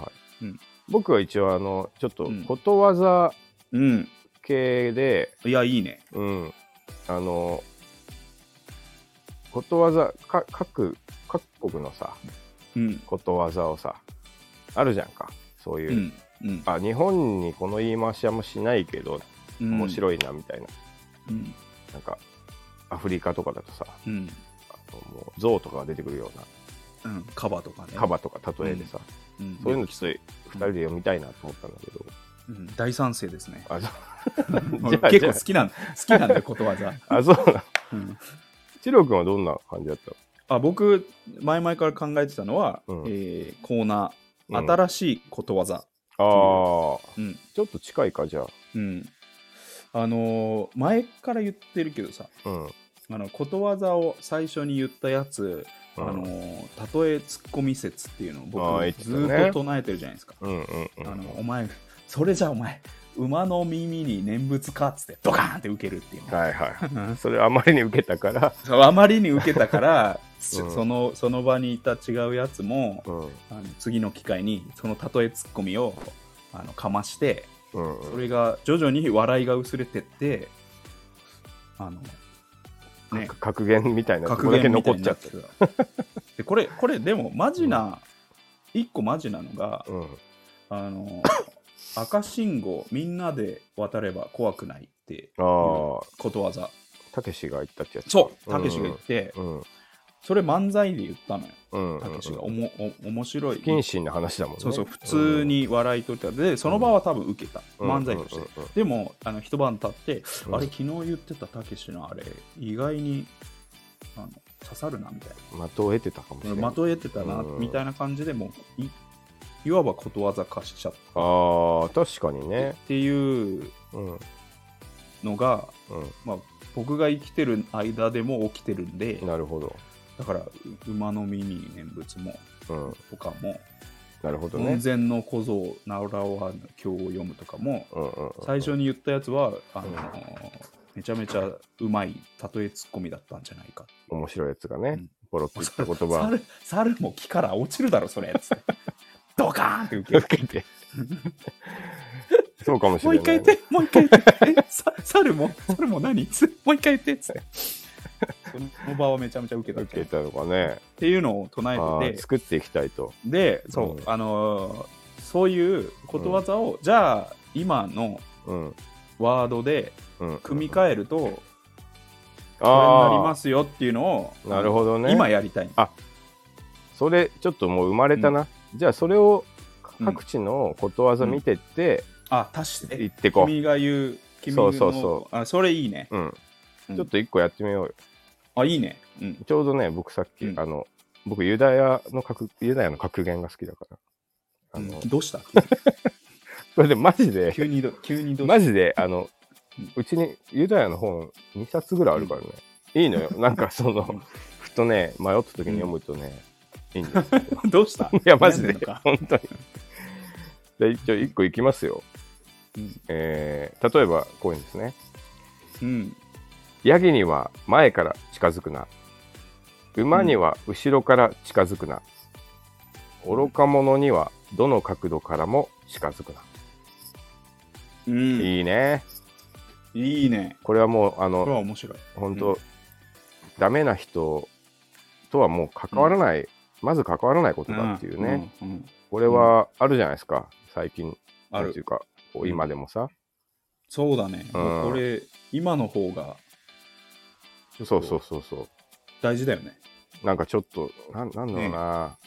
Speaker 1: うん
Speaker 2: 僕は一応、あの、ちょっと
Speaker 1: うん
Speaker 2: ことわざ
Speaker 1: れない。うん。
Speaker 2: 系で、
Speaker 1: いや、いいね。
Speaker 2: うん、あの、ことわざ、か各、各国のさ、
Speaker 1: うん。
Speaker 2: ことわざをさ、あるじゃんか、そういうう。
Speaker 1: ん。うん。
Speaker 2: あ日本にこの言い回しはもしないけど面
Speaker 1: い。
Speaker 2: 白いなみたいな、
Speaker 1: うん。
Speaker 2: なんかアフリカとかだとさ
Speaker 1: うん。
Speaker 2: あのもう象とかが出てくるような
Speaker 1: うん。カバとかね。
Speaker 2: カバとか例えでさ、
Speaker 1: うん。
Speaker 2: そういうのきつい2人で読みたいなと思ったんだけど、
Speaker 1: うん大賛成ですね。
Speaker 2: あそ じ
Speaker 1: 結
Speaker 2: ゃあじゃ
Speaker 1: 構好きなん好きなんで、ことわざ。
Speaker 2: ああそうな
Speaker 1: うん
Speaker 2: チロ君はどんな感じだった
Speaker 1: あ僕、前々から考えてたのは、
Speaker 2: うん
Speaker 1: えーコーナ
Speaker 2: の、うん
Speaker 1: ー、新しいことわざ。
Speaker 2: あー
Speaker 1: うん。
Speaker 2: ちょっと近いかじゃあ
Speaker 1: うん。あのー前から言ってるけどさ、
Speaker 2: うん、うん
Speaker 1: あのことわざを最初に言ったやつ、あのー例えツッコミ説っていうのを
Speaker 2: あー言っ
Speaker 1: 僕
Speaker 2: てた
Speaker 1: ず
Speaker 2: ね
Speaker 1: ーっと唱えてるじゃないですか。
Speaker 2: うんうんう
Speaker 1: あの
Speaker 2: ん
Speaker 1: お前、それじゃお前、馬の耳に念仏かっつってドカーンって受けるっていうね。
Speaker 2: はいはいそれあまりに受けたから、
Speaker 1: そうあまりに受けたから、ち
Speaker 2: うん
Speaker 1: そのその場にいた違うやつも
Speaker 2: う、んうん
Speaker 1: あの次の機会にその例えツッコミをあのかまして
Speaker 2: うん、
Speaker 1: それが徐々に笑いが薄れてってあのね
Speaker 2: 格格言みたいなとこ
Speaker 1: 格
Speaker 2: だけ
Speaker 1: 言みた
Speaker 2: 残
Speaker 1: い
Speaker 2: っ
Speaker 1: に
Speaker 2: ちゃ
Speaker 1: なっ
Speaker 2: ってて
Speaker 1: た でこれこれでもマジな、一個マジなのが
Speaker 2: うん
Speaker 1: あ の赤信号みんなで渡れば怖くないって
Speaker 2: ああ
Speaker 1: ことわざ
Speaker 2: たけしが言ったってやつ
Speaker 1: そうたけしが言って、
Speaker 2: うん
Speaker 1: それ漫才で言ったのよ
Speaker 2: うん
Speaker 1: たけしがおもお面白い
Speaker 2: 不謹慎な話だもんね
Speaker 1: そうそう普通に笑いとってたでその場は多分受けた、
Speaker 2: うん
Speaker 1: 漫才として、
Speaker 2: うんうんうん
Speaker 1: でもあの一晩経って、
Speaker 2: うん
Speaker 1: あれ昨日言ってたたけしのあれ意外にあの刺さるなみたい
Speaker 2: 的を得てたかもしれ
Speaker 1: な
Speaker 2: ない
Speaker 1: まとえてたな、
Speaker 2: うん
Speaker 1: みたいな感じでもういいわばことわざ化しちゃっ
Speaker 2: あー確かに
Speaker 1: た、
Speaker 2: ね
Speaker 1: っていう
Speaker 2: うんうん
Speaker 1: のが、まあ、僕が生きてる間でも起きてるんで
Speaker 2: なるほど
Speaker 1: だからう馬の耳に念仏も
Speaker 2: うん
Speaker 1: とかも
Speaker 2: なるほど
Speaker 1: 門
Speaker 2: ね
Speaker 1: 前の小僧ならわぬ経を読むとかも
Speaker 2: うんうんうん
Speaker 1: 最初に言ったやつはあの
Speaker 2: うん
Speaker 1: めちゃめちゃうまい例えツッコミだったんじゃないか
Speaker 2: 面白いやつがね、
Speaker 1: うん
Speaker 2: ボロッと言った言葉
Speaker 1: 猿猿も木から落ちるだろそ れっつってドカーンって受ける
Speaker 2: 受けてそうかもし
Speaker 1: も
Speaker 2: れ
Speaker 1: う
Speaker 2: ない
Speaker 1: 一回言ってもう一回言ってえさ猿も猿も何つもう一回言ってっつ ってその場はめちゃめちゃ受けたっ
Speaker 2: 受け
Speaker 1: て
Speaker 2: たのかね
Speaker 1: いうのを
Speaker 2: あ
Speaker 1: 唱え
Speaker 2: ー
Speaker 1: てて
Speaker 2: 作っていきたいと
Speaker 1: でそう、
Speaker 2: うん
Speaker 1: あのーそういうことわざを、じゃあ今の
Speaker 2: うん
Speaker 1: ワードで
Speaker 2: うん
Speaker 1: 組み
Speaker 2: え
Speaker 1: 替えると、これになり
Speaker 2: あ
Speaker 1: ますよっていうのを
Speaker 2: あなるほどね
Speaker 1: 今やりたい
Speaker 2: それちょっともう生まれたな、じゃあそれを各地のことわざ見てって、
Speaker 1: あ足して
Speaker 2: 行ってこう、
Speaker 1: 君が言う君
Speaker 2: そ
Speaker 1: の
Speaker 2: うそうそ
Speaker 1: あそれいいね
Speaker 2: うん
Speaker 1: うん
Speaker 2: ちょっと一個やってみようよ
Speaker 1: あいいねうん
Speaker 2: ちょうどね僕さっき、
Speaker 1: うん
Speaker 2: あの僕ユダヤの格ユダヤの格言が好きだからあの、
Speaker 1: うんどうした
Speaker 2: それでマジで
Speaker 1: 急に ど急にどうし
Speaker 2: マジであの
Speaker 1: うん
Speaker 2: うちにユダヤの本2冊ぐらいあるからね、いいのよなんかそのふとね迷った時に読むとね、いいんですよ
Speaker 1: たどうした
Speaker 2: いやマジ
Speaker 1: 悩
Speaker 2: で
Speaker 1: んんのか
Speaker 2: 本当にじゃあ一応一個いきますよ、
Speaker 1: うん
Speaker 2: えー例えばこういうんですね
Speaker 1: うん。
Speaker 2: ヤギには前から近づくな。馬には後ろから近づくな。愚か者にはどの角度からも近づくな。
Speaker 1: うん。い
Speaker 2: いいね。
Speaker 1: いね。
Speaker 2: これはもう、あ
Speaker 1: これ
Speaker 2: の、
Speaker 1: は面白い。
Speaker 2: 本
Speaker 1: う
Speaker 2: 当ダメな人とはもう関わらない、まず関わらないことだっていうね。
Speaker 1: うん。うん
Speaker 2: これはあるじゃないですか、最近。
Speaker 1: あ
Speaker 2: なんてい
Speaker 1: る。
Speaker 2: うか、こ
Speaker 1: う
Speaker 2: うん今でもさ。
Speaker 1: そうだね。
Speaker 2: うん
Speaker 1: もうこれ、今の方が
Speaker 2: そうそうそうそ
Speaker 1: 大事だよね。
Speaker 2: う。なんかちょっと、なんなんだろうな。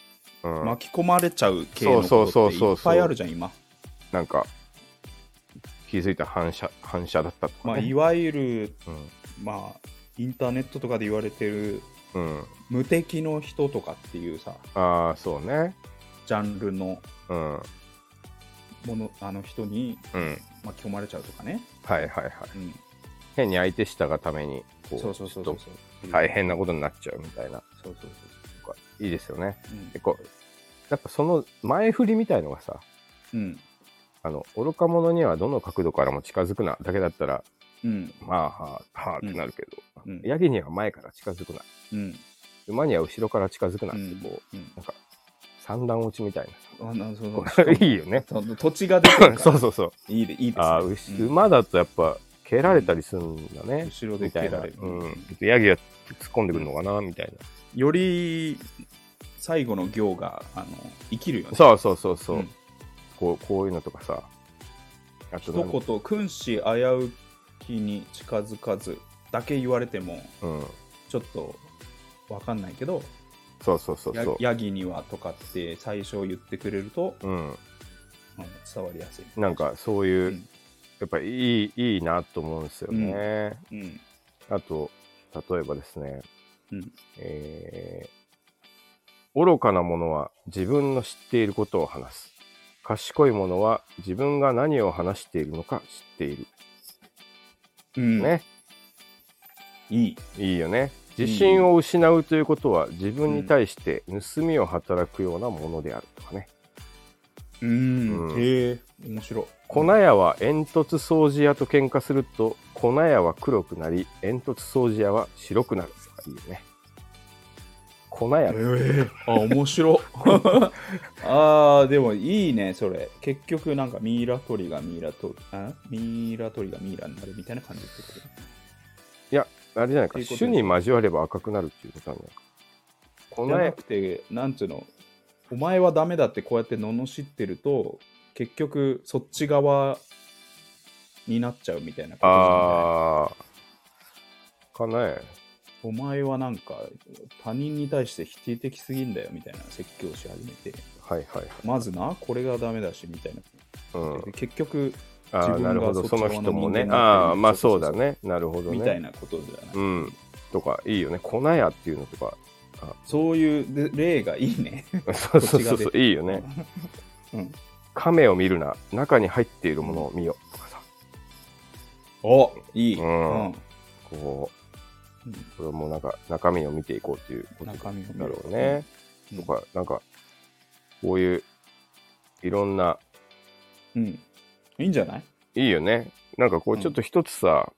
Speaker 2: うん、
Speaker 1: 巻き込まれちゃう系のことっていっぱいあるじゃん、今。
Speaker 2: なんか、気づいた反射、反射だったと
Speaker 1: ま
Speaker 2: か
Speaker 1: あ、い
Speaker 2: ね。
Speaker 1: わゆる、
Speaker 2: うん
Speaker 1: まあ、インターネットとかで言われてる
Speaker 2: うん。
Speaker 1: 無敵の人とかっていうさ、
Speaker 2: ああ、そうね。
Speaker 1: ジャンルの
Speaker 2: うん。うん。
Speaker 1: ものあの人に巻き込まれちゃうとかね。
Speaker 2: はいはいはい。
Speaker 1: うん、
Speaker 2: 変に相手したがために、こう、
Speaker 1: そうそうそう
Speaker 2: ち
Speaker 1: そ
Speaker 2: ょっ
Speaker 1: う
Speaker 2: と
Speaker 1: そう。
Speaker 2: 大変なことになっちゃうみたいな。
Speaker 1: そうそう
Speaker 2: いいですよね。
Speaker 1: そう。うん
Speaker 2: で、こう、やっぱその前振りみたいのがさ、
Speaker 1: うん。
Speaker 2: あの、愚か者にはどの角度からも近づくなだけだったら、
Speaker 1: うん。
Speaker 2: まあ、はあ、はあってなるけど、
Speaker 1: うん。
Speaker 2: ヤギには前から近づくな、
Speaker 1: うん。
Speaker 2: 馬には後ろから近づくなっ
Speaker 1: う
Speaker 2: て、
Speaker 1: ん
Speaker 2: こう、
Speaker 1: うん
Speaker 2: なんか、三段落ちみたいな。
Speaker 1: あなそうそう
Speaker 2: これ いいよね。
Speaker 1: その土地が出てるか
Speaker 2: そ
Speaker 1: ら
Speaker 2: うそうそう。
Speaker 1: いいでいいですね、
Speaker 2: ああ、牛
Speaker 1: うん
Speaker 2: 馬だとやっぱ蹴られたりするんだね、
Speaker 1: 後ろで
Speaker 2: みた
Speaker 1: 蹴
Speaker 2: い
Speaker 1: ら
Speaker 2: な。
Speaker 1: れる、
Speaker 2: うん、ヤギが突っ込んでくるのかなみたい
Speaker 1: より最後の行があの生きるよ
Speaker 2: な。
Speaker 1: ね
Speaker 2: そうそうそうそう、
Speaker 1: うん
Speaker 2: こう。こういうのとかさ。あとなんか
Speaker 1: 一言「君子危うきに近づかず」だけ言われても
Speaker 2: うん。
Speaker 1: ちょっとわかんないけど
Speaker 2: そうそうそうそう。
Speaker 1: やヤギにはとかって最初言ってくれると、
Speaker 2: うん。
Speaker 1: あの伝わりやすい
Speaker 2: なんかそういう、
Speaker 1: うん
Speaker 2: やっぱいい、いいなと思うんですよね。
Speaker 1: うん
Speaker 2: あと、例えばですね、
Speaker 1: うん
Speaker 2: えー愚かな者は自分の知っていることを話す。賢い者は自分が何を話しているのか知っている。
Speaker 1: うん
Speaker 2: ね。
Speaker 1: いい
Speaker 2: いいよね。自信を失うということは自分に対して盗みを働くようなものであるとかね。
Speaker 1: うん、
Speaker 2: うん
Speaker 1: へえ面白い
Speaker 2: 粉屋は煙突掃除屋と喧嘩すると粉屋は黒くなり煙突掃除屋は白くなるとかいいよね。粉屋
Speaker 1: えー、あ面白 あーでもいいねそれ結局なんかミイラ取りがミイラ取りあミイラ取りがミイラになるみたいな感じってこと
Speaker 2: あれじゃないか
Speaker 1: ということで
Speaker 2: 種に交われば赤くなるっていうことなんじゃないか。粉
Speaker 1: じゃ
Speaker 2: 屋
Speaker 1: なくてなんつうのお前はダメだってこうやって罵ってると結局そっち側になっちゃうみたいなことなん
Speaker 2: ああ。かね。
Speaker 1: でお前はなんか他人に対して否定的すぎんだよみたいな説教し始めて
Speaker 2: はいはいはい。
Speaker 1: まずなこれがダメだしみたいな、
Speaker 2: うん。
Speaker 1: 結局
Speaker 2: あ
Speaker 1: 自
Speaker 2: あ、
Speaker 1: 分が
Speaker 2: なるほど。
Speaker 1: そ
Speaker 2: そ
Speaker 1: っち側の
Speaker 2: の人も
Speaker 1: 人間になってるん
Speaker 2: ね。
Speaker 1: だ
Speaker 2: ああ、まあ
Speaker 1: そ
Speaker 2: そう
Speaker 1: そう
Speaker 2: う
Speaker 1: そう
Speaker 2: だね。なるほどね。
Speaker 1: みたいなことじゃない
Speaker 2: うん。とか、いいよね。粉屋っていうのとか。
Speaker 1: そういうで例がいいね。
Speaker 2: そうそ
Speaker 1: 土
Speaker 2: うそう
Speaker 1: 地
Speaker 2: そ
Speaker 1: が
Speaker 2: う。いいよね。
Speaker 1: うん、
Speaker 2: 亀を見るな。中に入っているものを見よ。とかさ。
Speaker 1: おいい、
Speaker 2: うん
Speaker 1: うん
Speaker 2: こう、これもなんか中身を見ていこうっていうこと
Speaker 1: 中身を見る
Speaker 2: だろうね。
Speaker 1: うん
Speaker 2: とか、なんか、こういう、いろんな、
Speaker 1: うん。いいんじゃない、
Speaker 2: いいよね。なんかこう、
Speaker 1: うん
Speaker 2: ちょっと一つさ、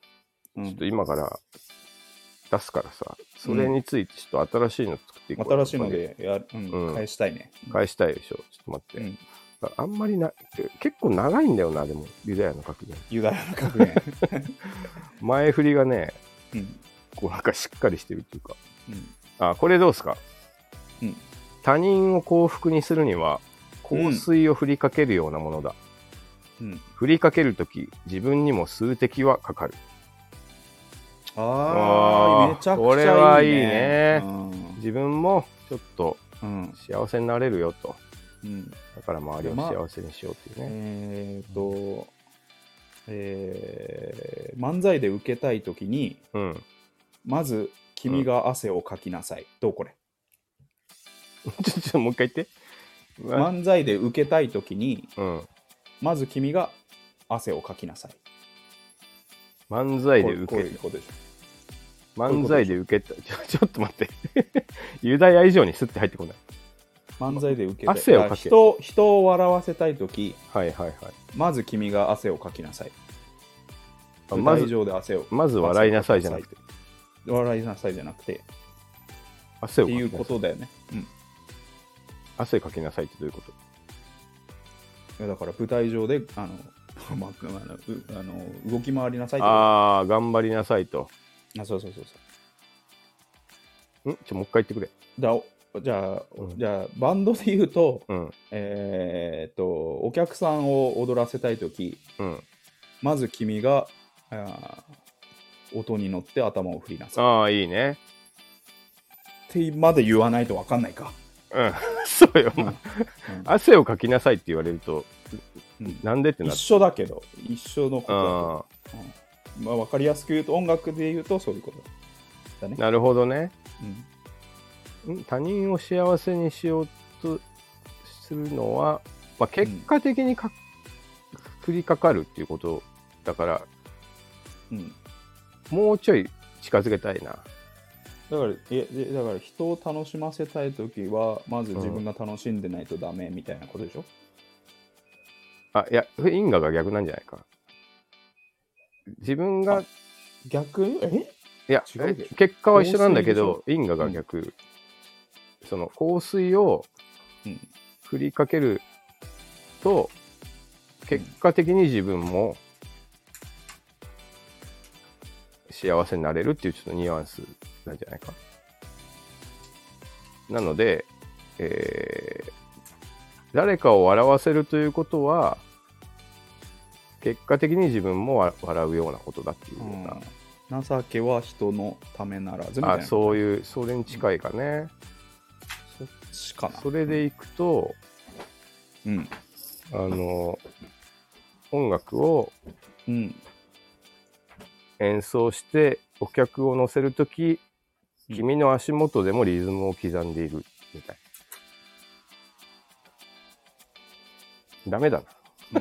Speaker 1: うん
Speaker 2: ちょっと今から出すからさ、それについてちょっと新しいの作っていこう。
Speaker 1: 新しいのでやる、うん
Speaker 2: うん
Speaker 1: 返したいね。
Speaker 2: 返したいでしょ。ちょっと待って。
Speaker 1: うん
Speaker 2: あんまりな、結構長いんだよな、でも、ユダヤの格言。
Speaker 1: ユダヤの格言。
Speaker 2: 前振りがね、
Speaker 1: うん
Speaker 2: こうなんかしっかりしてるっていうか。
Speaker 1: うん
Speaker 2: あ、これどうですか
Speaker 1: うん
Speaker 2: 他人を幸福にするには、香水を振りかけるようなものだ。
Speaker 1: うん、
Speaker 2: 振りかけるとき、自分にも数滴はかかる。
Speaker 1: ああ
Speaker 2: あー
Speaker 1: めちゃくちゃいい、ね。
Speaker 2: これはいいね
Speaker 1: うん
Speaker 2: 自分もちょっと
Speaker 1: うん
Speaker 2: 幸せになれるよと。
Speaker 1: うん
Speaker 2: だから周りを
Speaker 1: まあ
Speaker 2: 幸せにしようっていうね。
Speaker 1: えーっと、えー漫才で受けたいときに、
Speaker 2: うん。
Speaker 1: まず君が汗をかきなさい。どうこれ
Speaker 2: ちょ、ちょ、もう一回言って。うわ
Speaker 1: 漫才で受けたいときに、
Speaker 2: うん。
Speaker 1: まず君が汗をかきなさい。
Speaker 2: 漫才で
Speaker 1: こう
Speaker 2: 受
Speaker 1: こう
Speaker 2: け
Speaker 1: いうことでしょ。ういう
Speaker 2: 漫
Speaker 1: ことで
Speaker 2: 才
Speaker 1: し
Speaker 2: で受けた。ちょ、 ちょっと待って。ユダヤ以上にスッて入ってこない。
Speaker 1: 漫才で受けたい。
Speaker 2: 汗をかけ
Speaker 1: 人を人を笑わせたいとき、
Speaker 2: はいはいはい。
Speaker 1: まず君が汗をかきなさい。舞
Speaker 2: ま
Speaker 1: 台
Speaker 2: ず、
Speaker 1: 上で汗を
Speaker 2: まず笑いなさいじゃなくて、
Speaker 1: 笑いなさいじゃなくて
Speaker 2: 汗を
Speaker 1: っ
Speaker 2: か
Speaker 1: て
Speaker 2: き
Speaker 1: いうこ
Speaker 2: なさい。
Speaker 1: とだよね、うん
Speaker 2: 汗かきなさいってどういうこと
Speaker 1: いや、だから舞台上であの、 まあ、あのうあの動き回りなさいとか
Speaker 2: ああ、頑張りなさいと。
Speaker 1: あそうそうそうそ
Speaker 2: んちょ、もう一回言ってくれ。
Speaker 1: うだおじゃあ、
Speaker 2: うん
Speaker 1: じゃあバンドで言うと
Speaker 2: うん。
Speaker 1: えーっとお客さんを踊らせたい時
Speaker 2: うん。
Speaker 1: まず君があー音に乗って頭を振りなさいっ
Speaker 2: ああ、いいね。
Speaker 1: てまで言わないと分かんないか、
Speaker 2: うん。 そうよ。
Speaker 1: うん
Speaker 2: 汗をかきなさいって言われると、
Speaker 1: うん
Speaker 2: なんでってな
Speaker 1: 一
Speaker 2: っち
Speaker 1: 緒だけど一緒のこと
Speaker 2: ゃ
Speaker 1: だ
Speaker 2: う
Speaker 1: けど
Speaker 2: あ
Speaker 1: まあ、分かりやすく言うと音楽で言うとそういうことだね
Speaker 2: ー。なるほどね。
Speaker 1: うん
Speaker 2: ん他人を幸せにしようとするのは、まあ、結果的にか、降りかかるっていうことだから、
Speaker 1: うん、
Speaker 2: もうちょい近づけたいな。
Speaker 1: だからいやでだから人を楽しませたい時はまず自分が楽しんでないとダメみたいなことでしょ、
Speaker 2: あ、いや、因果が逆なんじゃないか。自分が、
Speaker 1: 逆え
Speaker 2: いや、
Speaker 1: 違うでしょ
Speaker 2: 結果は一緒なんだけ
Speaker 1: 香
Speaker 2: ど、因果が逆。その、香水を
Speaker 1: うん
Speaker 2: 振りかけると、結果的に自分も幸せになれるっていうちょっとニュアンスなんじゃないか。なので、えー誰かを笑わせるということは、結果的に自分もわ笑うようなことだっていうような、
Speaker 1: うん情けは人のためならずみたい
Speaker 2: あ
Speaker 1: な
Speaker 2: そういう、それに近いかね。
Speaker 1: そっちかな
Speaker 2: それでいくと、
Speaker 1: うん
Speaker 2: あの、音楽を
Speaker 1: うん
Speaker 2: 演奏してお客を乗せるとき、
Speaker 1: うん
Speaker 2: 君の足元でもリズムを刻んでいるみたいな。ダメだな。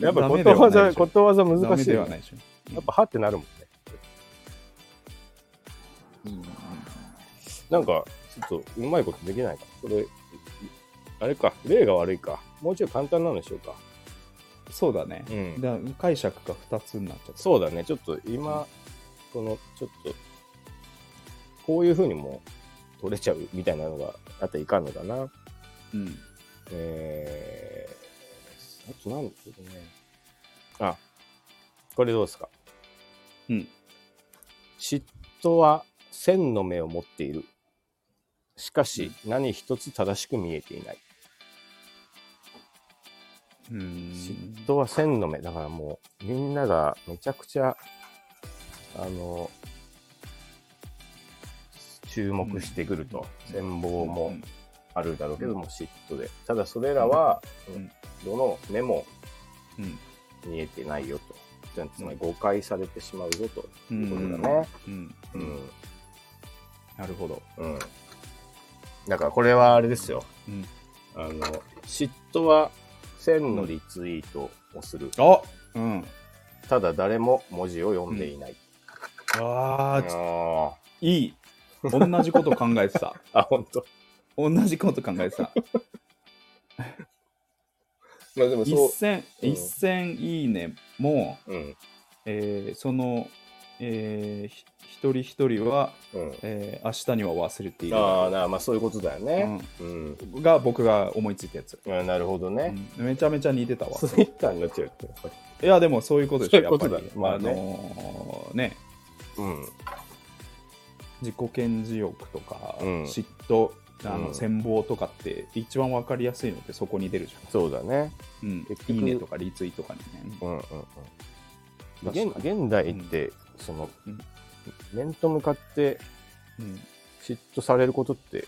Speaker 2: やっぱことわざ、ことわざ難しい
Speaker 1: で
Speaker 2: よ
Speaker 1: はな
Speaker 2: ね。
Speaker 1: いでしょ
Speaker 2: やっぱはってなるもんね。なんか、ちょっとうまいことできないか。これ、あれか、例が悪いか。もうちょい簡単なのでしょうか。
Speaker 1: そうだね、
Speaker 2: うん
Speaker 1: だから解釈が2つになっちゃった
Speaker 2: そうだね、ちょっと今、この、ちょっと、こういうふうにもう取れちゃうみたいなのがあったらいかんのだな。
Speaker 1: うん
Speaker 2: えー、あとなんですけどね。あ、これどうですか。
Speaker 1: うん
Speaker 2: 嫉妬は千の目を持っている。しかし、何一つ正しく見えていない。
Speaker 1: うん
Speaker 2: 嫉妬は千の目。だからもう、みんながめちゃくちゃ、あの、注目してくると。戦望もあるだろうけども、嫉妬で。ただそれらは
Speaker 1: うん、
Speaker 2: どの目も
Speaker 1: うん
Speaker 2: 見えてないよと。じゃあつまり誤解されてしまうぞと。
Speaker 1: う
Speaker 2: い
Speaker 1: ん
Speaker 2: うことだね。
Speaker 1: うんう
Speaker 2: う
Speaker 1: んん。なるほど
Speaker 2: うん。だからこれはあれですよ。
Speaker 1: うん
Speaker 2: あの、嫉妬は千のリツイートをする。
Speaker 1: あうん
Speaker 2: ただ誰も文字を読んでいない。
Speaker 1: あ
Speaker 2: あ
Speaker 1: ー
Speaker 2: ー
Speaker 1: いい同じこと考え てた
Speaker 2: あ、本当。
Speaker 1: 同じこと考えてた
Speaker 2: まあでもそう。
Speaker 1: 1000
Speaker 2: うん
Speaker 1: 1000いいねも、
Speaker 2: うん。
Speaker 1: えーその、えーひ一人一人は、
Speaker 2: うん。
Speaker 1: えー明日には忘れている
Speaker 2: ああ、なまあそういうことだよね。うん。
Speaker 1: が僕が思いついたやつ、
Speaker 2: あなるほど
Speaker 1: う
Speaker 2: ね。
Speaker 1: んめちゃめちゃ似てたわ
Speaker 2: ツイッターになっちゃうってやっぱり
Speaker 1: いやでもそういうことでしょ
Speaker 2: そうい
Speaker 1: や
Speaker 2: うこ
Speaker 1: っ
Speaker 2: と
Speaker 1: ぱ
Speaker 2: だ
Speaker 1: り
Speaker 2: まあ
Speaker 1: あ
Speaker 2: ね
Speaker 1: のーね
Speaker 2: うん。
Speaker 1: 自己顕示欲とか、
Speaker 2: うん
Speaker 1: 嫉妬あ
Speaker 2: う
Speaker 1: の
Speaker 2: ん
Speaker 1: 戦望とかって一番わかりやすいのってそこに出るじ
Speaker 2: そうだね。
Speaker 1: ゃん、うん
Speaker 2: 結、局
Speaker 1: いいねとかリツイートとかにね、
Speaker 2: うんうんうん。現
Speaker 1: 確か
Speaker 2: 現代って、その
Speaker 1: うん、
Speaker 2: 面と向かって
Speaker 1: うん
Speaker 2: 嫉妬されることって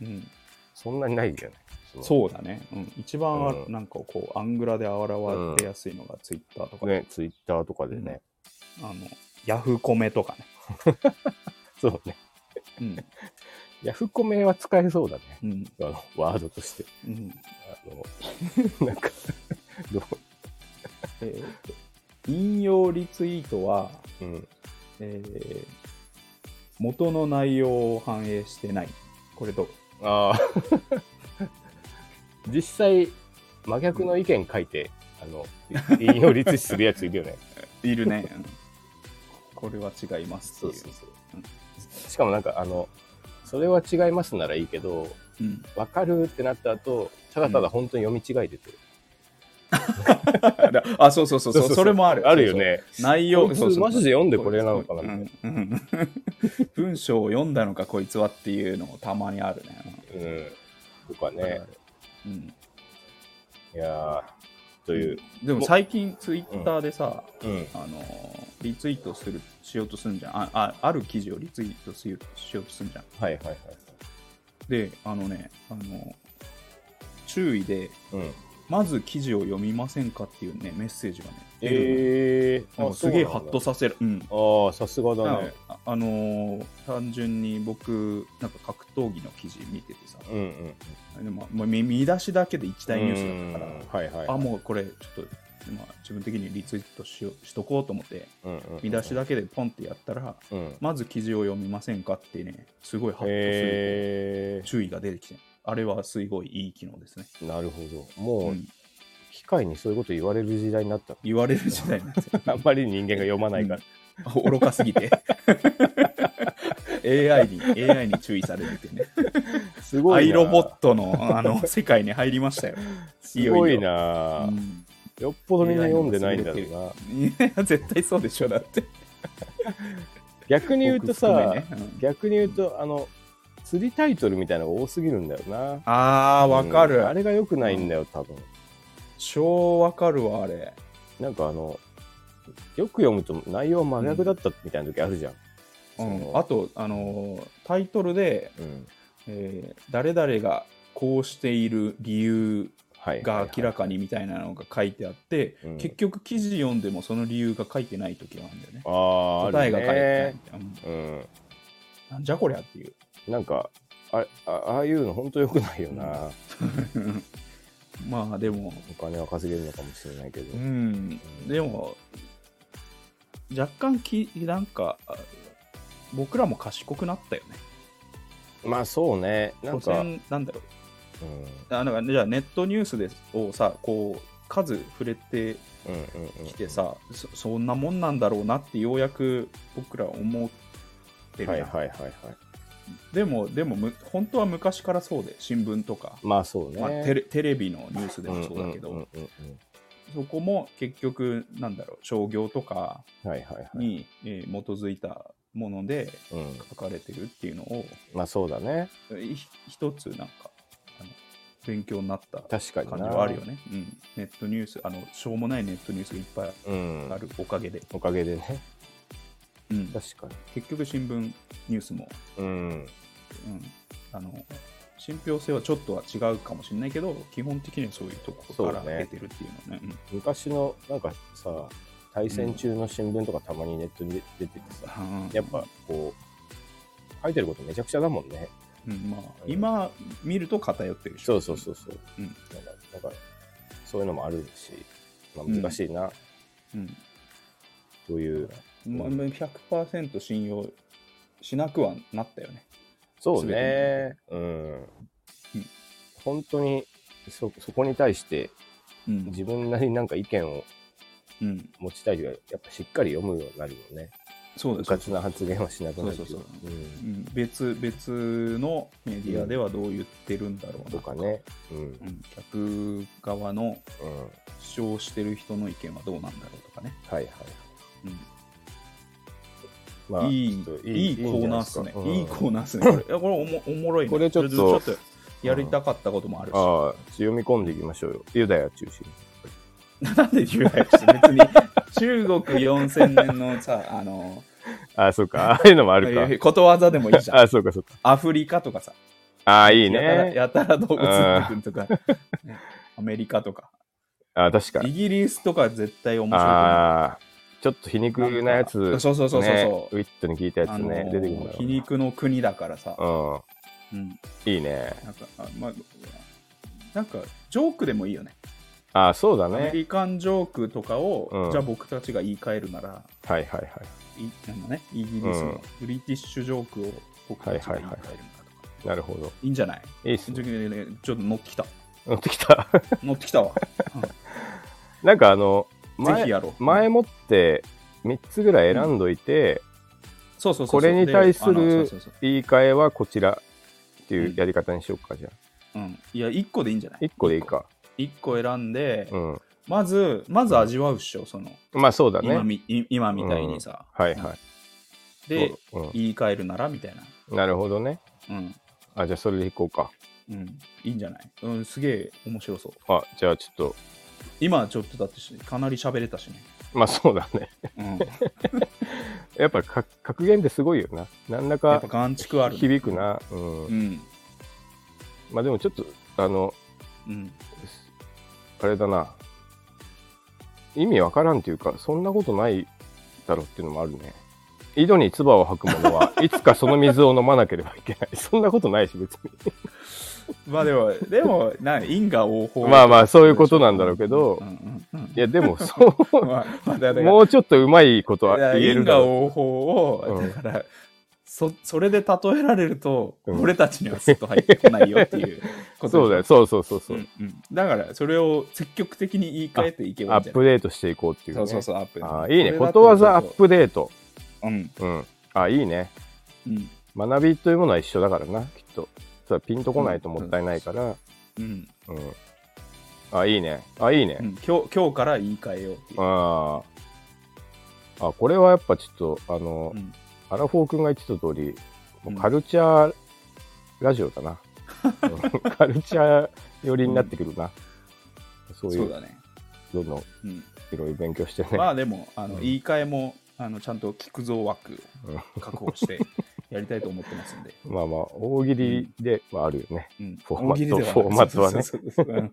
Speaker 1: うん、
Speaker 2: そんなにないよね。う。
Speaker 1: そうだね、うん、一番あ
Speaker 2: うん
Speaker 1: なんかこうアングラで現れやすいのがツイッターとか、
Speaker 2: ね、ツイッターとかでね。
Speaker 1: あのヤフコメとかね、
Speaker 2: そうね。
Speaker 1: うん
Speaker 2: ヤフコメは使えそうだね。
Speaker 1: うん
Speaker 2: あの、ワードとして。
Speaker 1: うん
Speaker 2: あの、なんか、ど
Speaker 1: えーと引用リツイートは、
Speaker 2: う、うん。
Speaker 1: えー元の内容を反映してないこれどう
Speaker 2: ああ。実際、真逆の意見書いてあ の、引用リツイートするやついるよね。
Speaker 1: いるね。うん これは違いますっていう。
Speaker 2: そう。しかもなんか、あの、それは違いますならいいけど、
Speaker 1: うん
Speaker 2: わかるってなった後、ただただ本当に読み違い出てる。
Speaker 1: あ、そうそうそうそう、それもある。
Speaker 2: あるよ。ね。
Speaker 1: 内容、
Speaker 2: こいつ
Speaker 1: そうそう
Speaker 2: マジで読んでこれなのかな
Speaker 1: うんうん 文章を読んだのか、こいつはっていうのもたまにあるね。
Speaker 2: うん。とか
Speaker 1: うんある
Speaker 2: ね
Speaker 1: あ。るうん
Speaker 2: いやー、という。
Speaker 1: でも最近、ツイッターでさ、
Speaker 2: うん。
Speaker 1: あのーリツイートするしようとするんじゃんああ。ある記事をリツイートしようしようとするんじゃん。
Speaker 2: はいはいはい。
Speaker 1: で、あのね、あのー注意で、
Speaker 2: うん。
Speaker 1: まず記事を読みませんかっていうね、メッセージがね、出るのよ
Speaker 2: えー、
Speaker 1: なん
Speaker 2: あ
Speaker 1: かすげえ
Speaker 2: そう
Speaker 1: ハ
Speaker 2: な
Speaker 1: ッ
Speaker 2: んだ
Speaker 1: とさせる。うん
Speaker 2: ああ、さすがだね。
Speaker 1: ああのー単純に僕、なんか格闘技の記事見ててさ、
Speaker 2: うんうん。
Speaker 1: でももう見見出しだけで一大ニュースだったから、
Speaker 2: ら。はいはい。
Speaker 1: あ、もうこれ、ちょっと、まあ、自分的にリツイートしようしとこうと思って、
Speaker 2: うんうんうん
Speaker 1: 見出しだけでポンってやったら、
Speaker 2: うん。
Speaker 1: まず記事を読みませんかってね、すごいハッとする
Speaker 2: へ
Speaker 1: 注意が出てきて、あれはすごいいい機能ですね。
Speaker 2: え。なるほど。も
Speaker 1: う、
Speaker 2: うん機械にそういうこと言われる時代に なった。
Speaker 1: 言われる時代なんですよ。
Speaker 2: あんまり人間が読まないから。
Speaker 1: うん愚かすぎて AI に AI に注意されててね
Speaker 2: すご
Speaker 1: ア
Speaker 2: い
Speaker 1: イ
Speaker 2: な。
Speaker 1: ロボットのあの世界に入りましたよ。
Speaker 2: すごい
Speaker 1: よよ。
Speaker 2: な
Speaker 1: う。ん
Speaker 2: よっぽどみんな読んでないんだろうな。
Speaker 1: いや絶対そうでしょだって。
Speaker 2: 逆に言うと
Speaker 1: 僕含
Speaker 2: さ
Speaker 1: め、ねうん
Speaker 2: 逆に言うと、あの、釣りタイトルみたいなのが多すぎるんだよな。
Speaker 1: あーわかる、
Speaker 2: うんあれが良くないんだよ、多分。
Speaker 1: 超わかるわあれ。
Speaker 2: なんかあの、よく読むと内容真逆だったみたいな時あるじゃん。
Speaker 1: う
Speaker 2: そ
Speaker 1: ん、
Speaker 2: の
Speaker 1: あとあのータイトルで、
Speaker 2: うん。
Speaker 1: えー誰々がこうしている理由
Speaker 2: はい。
Speaker 1: が明ら
Speaker 2: か。
Speaker 1: かにみたいなのが書いてあって、
Speaker 2: うん
Speaker 1: 結局記事読んでもその理由が書いてない時があるんだよね。
Speaker 2: ああ、
Speaker 1: 答えが書いてな
Speaker 2: あ
Speaker 1: い
Speaker 2: る
Speaker 1: みたいな。うん
Speaker 2: ね。
Speaker 1: なんじゃこりゃっていう。
Speaker 2: うん。なんか、あれあああいうの本当良くないよな。
Speaker 1: まあでも、
Speaker 2: お金は稼げるのかもしれないけど。
Speaker 1: うん、でも、若干き、なんか、あ僕らも賢くなったよね。
Speaker 2: まあそうね。なん
Speaker 1: 所
Speaker 2: か、うん
Speaker 1: 詮なんだろうあなんか。じゃあ、ネットニュースですをさ、こう、数触れて
Speaker 2: うんうんうん
Speaker 1: きてさ、そそんなもんなんだろうなって、ようやく僕ら思ってる
Speaker 2: はい
Speaker 1: やん
Speaker 2: はいはいはい。
Speaker 1: でも、でもむ、本当は昔からそうで、新聞とか、
Speaker 2: まあそうね。
Speaker 1: まあ、テレテレビのニュースで
Speaker 2: うん
Speaker 1: も
Speaker 2: うん
Speaker 1: そうだけど、
Speaker 2: うんうんうん
Speaker 1: そこも結局、なんだろう、商業とか、
Speaker 2: はいはいはい。
Speaker 1: に、えー基づいたもので
Speaker 2: うん。
Speaker 1: 書かれてるっていうのを
Speaker 2: まあそうだね。
Speaker 1: い一つなんかあの勉強になった感
Speaker 2: 確かに
Speaker 1: じ
Speaker 2: な。
Speaker 1: はあるよね、うん、ネットニュースあのしょうもないネットニュースがいっぱい
Speaker 2: うん
Speaker 1: あ。るおかげで、
Speaker 2: おかげでね。
Speaker 1: うん、
Speaker 2: 確かに。
Speaker 1: 結局新聞ニュースも、
Speaker 2: うん。
Speaker 1: うん、あの信憑性はちょっとは違うかもしれないけど基本的にはそういうところから
Speaker 2: そうだね
Speaker 1: 出てるっていうのねうん
Speaker 2: 昔のなんかさ対戦中の新聞とかたまにネットに出ててさ、
Speaker 1: うん
Speaker 2: やっぱこう書いてることめちゃくちゃだもんね
Speaker 1: うんまあ、今見ると偏ってるでしょ
Speaker 2: そうそうそうそう、
Speaker 1: うん
Speaker 2: なんかなんかそういうのもあるし、まあ、難しいな、
Speaker 1: うん
Speaker 2: という
Speaker 1: まあ、100%信用しなくはなったよね。
Speaker 2: そうねうん、
Speaker 1: うん
Speaker 2: 本当にそそこに対して
Speaker 1: うん
Speaker 2: 自分なりになんか意見を
Speaker 1: うん、
Speaker 2: 持ちたいというかやっぱしっかり読むようになるよね
Speaker 1: そう
Speaker 2: 部
Speaker 1: です、
Speaker 2: 活な発言はしなくなるけど
Speaker 1: そうそうう
Speaker 2: う
Speaker 1: んん別。別のメディアではどう言ってるんだろう
Speaker 2: と
Speaker 1: な
Speaker 2: かねうんうん
Speaker 1: うん、客側の主張してる人の意見はどうなんだろうとかね。
Speaker 2: はいはい
Speaker 1: うん
Speaker 2: ま
Speaker 1: い
Speaker 2: ち
Speaker 1: い
Speaker 2: ょっと
Speaker 1: いいコーナーっすね。
Speaker 2: んじゃ
Speaker 1: い
Speaker 2: ない
Speaker 1: い
Speaker 2: ですか
Speaker 1: コーナーっすね。これいやこれおもおもろいね
Speaker 2: これちょっと
Speaker 1: やりたかったこともあるし。
Speaker 2: ああ、読み込んでいきましょうよ。ユダヤ中心。
Speaker 1: なんで言うやつ別に中国4000年のさ、あの、
Speaker 2: ああ、そうか。 ああいうのもあ
Speaker 1: あ
Speaker 2: るか。
Speaker 1: ことわざでもいいじゃ
Speaker 2: あ
Speaker 1: ん。
Speaker 2: あ、そうか、そうか。
Speaker 1: アフリカとかさ。
Speaker 2: ああ、いい
Speaker 1: やたら
Speaker 2: ね。
Speaker 1: やたら動物ってくるとか、ねアメリカとか、
Speaker 2: ああ、確か
Speaker 1: イ
Speaker 2: に。
Speaker 1: ギリスとか絶対面白くな
Speaker 2: ああ、ちょっと皮肉
Speaker 1: い。
Speaker 2: なやつ。
Speaker 1: なんかそうそうそうそう
Speaker 2: ね
Speaker 1: そ
Speaker 2: ウ
Speaker 1: う。
Speaker 2: ィットに聞いたや
Speaker 1: あ
Speaker 2: つ
Speaker 1: の
Speaker 2: ね。出てくるんだ
Speaker 1: 皮肉の国だからさ、
Speaker 2: ろ
Speaker 1: うん
Speaker 2: うな。うん。いいね。
Speaker 1: なんかあまあなんかジョークでもいいよね
Speaker 2: ああ、そうだ
Speaker 1: アメ
Speaker 2: ね。
Speaker 1: リカンジョークとかを、
Speaker 2: うん
Speaker 1: じゃあ僕たちが言い換えるなら、
Speaker 2: はいはいはい。
Speaker 1: いなんかね、イギリスのブリティッシュジョークを僕たちが言い換えるならとか、い
Speaker 2: なるほど。
Speaker 1: いんじゃない
Speaker 2: いいっすね。
Speaker 1: ちょっと乗ってきた。
Speaker 2: 乗ってきた。
Speaker 1: 乗ってきたわ。
Speaker 2: なんかあの、前
Speaker 1: ぜひやろう。
Speaker 2: 前もって3つぐらい選んどいて、
Speaker 1: そうそうそうそう
Speaker 2: これに対する
Speaker 1: であのそうそうそう
Speaker 2: 言い換えはこちらっていう
Speaker 1: うん
Speaker 2: やり方にしようか、じゃあ。
Speaker 1: うん、いや、1個でいいんじゃない
Speaker 2: 1個でいいか。
Speaker 1: 1個選んで、
Speaker 2: うん。
Speaker 1: まず、まず味わうっしょ、その、
Speaker 2: まあそうだね
Speaker 1: 今。みい今みたいにさ。
Speaker 2: はいはい。
Speaker 1: で、
Speaker 2: そう
Speaker 1: 言い換えるならみたいな。
Speaker 2: うん、なるほどね。
Speaker 1: うん。
Speaker 2: あ、じゃあそれでいこうか。
Speaker 1: うん。いいんじゃないうん、すげえ面白そう。
Speaker 2: あ、じゃあちょっと、
Speaker 1: 今ちょっとだってしかなり喋れたしね。
Speaker 2: まあそうだね。
Speaker 1: うん。
Speaker 2: やっぱか格言ってすごいよな。なんだ
Speaker 1: やっ
Speaker 2: か
Speaker 1: ぱ眼蓄ある、ね。
Speaker 2: 響く。な。うん。
Speaker 1: うん。
Speaker 2: まあでもちょっと、あの、
Speaker 1: うん。
Speaker 2: あれだな。意味わからんっていうか、そんなことないだろうっていうのもあるね。井戸に唾を吐く 者は、いつかその水を飲まなければいけない。そんなことないし、別に。
Speaker 1: まあでも、でも、な、因果応報。
Speaker 2: まあまあそういうことなんだろうけど
Speaker 1: うんうんうん
Speaker 2: いや、でも、そう、
Speaker 1: まあ、まあ、だから
Speaker 2: もうちょっとうまいことはい
Speaker 1: や
Speaker 2: 言える
Speaker 1: 因
Speaker 2: だ
Speaker 1: 果
Speaker 2: ろ
Speaker 1: 応報を、
Speaker 2: うん
Speaker 1: だから、そ、それで例えられると、
Speaker 2: うん
Speaker 1: 俺たちにはすっと入ってこないよっていうことでしょ
Speaker 2: う。そうだよ、。そうそうそうそう、
Speaker 1: うんうん、だから、それを積極的に言い換えていけばい
Speaker 2: ア
Speaker 1: いんじ
Speaker 2: ッ
Speaker 1: ゃな
Speaker 2: プ
Speaker 1: い
Speaker 2: デートしていこうっていう、ね。
Speaker 1: そうそうそう、アップ
Speaker 2: あーいいね。
Speaker 1: れ
Speaker 2: こ
Speaker 1: だ
Speaker 2: とわざアップデート。
Speaker 1: うん。
Speaker 2: うん。あ、いいね。
Speaker 1: うん。
Speaker 2: 学びというものは一緒だからな、きっと。それはピンとこないともったいないから。
Speaker 1: うん。
Speaker 2: うん。あ、いいね。あ、いいね。
Speaker 1: うん今日今日から言い換えようっていう。
Speaker 2: あーあこれはやっぱちょっとあの、
Speaker 1: うん
Speaker 2: アラフォー君が言ってた通りもううんカルチャーラジオだ な、うんカルチャー寄りになってくるな、そうい
Speaker 1: そう
Speaker 2: う
Speaker 1: だね。
Speaker 2: どんどん
Speaker 1: うん。
Speaker 2: いろいろ勉強してね、
Speaker 1: まあでも、あの
Speaker 2: うん
Speaker 1: 言い換えもあのちゃんと聞くぞ枠
Speaker 2: うん
Speaker 1: を確保してやりたいと思ってますんで。
Speaker 2: まあまあ大喜利ではあるよね、
Speaker 1: うん
Speaker 2: フォーマ
Speaker 1: 大
Speaker 2: ット
Speaker 1: 喜利では
Speaker 2: フォーマットはね
Speaker 1: そうそうそう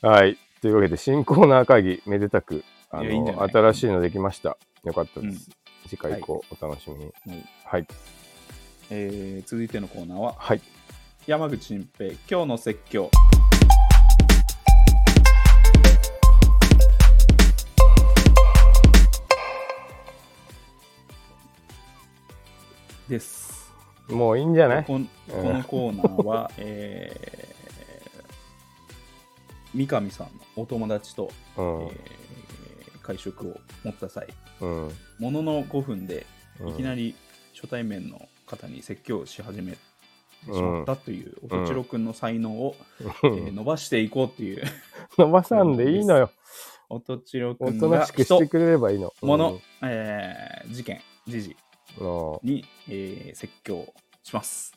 Speaker 1: そう
Speaker 2: はいというわけで新コーナー会議めでたくあの
Speaker 1: いやいいんじゃない
Speaker 2: 新しいのできましたよかったです、次回以
Speaker 1: は
Speaker 2: 降お楽しみに
Speaker 1: うんはい
Speaker 2: はい
Speaker 1: えー続いてのコーナーは
Speaker 2: はい
Speaker 1: 山口新平今日の説教です。
Speaker 2: もういいんじゃない
Speaker 1: こんこのコーナーは、えー三上さんのお友達と、
Speaker 2: うん、
Speaker 1: えー会食を持った際
Speaker 2: うん
Speaker 1: ものの5分で
Speaker 2: うん
Speaker 1: いきなり初対面の方に説教し始めてしまったというおとちろくんの才能を、えー伸ばしていこうっていう
Speaker 2: 伸ばさんでいいのよ。
Speaker 1: おとちろく
Speaker 2: お
Speaker 1: ん
Speaker 2: とな
Speaker 1: が
Speaker 2: しくして
Speaker 1: 人
Speaker 2: くれればいいの。
Speaker 1: 物、えー事件時事
Speaker 2: うんも
Speaker 1: に、えー説教します。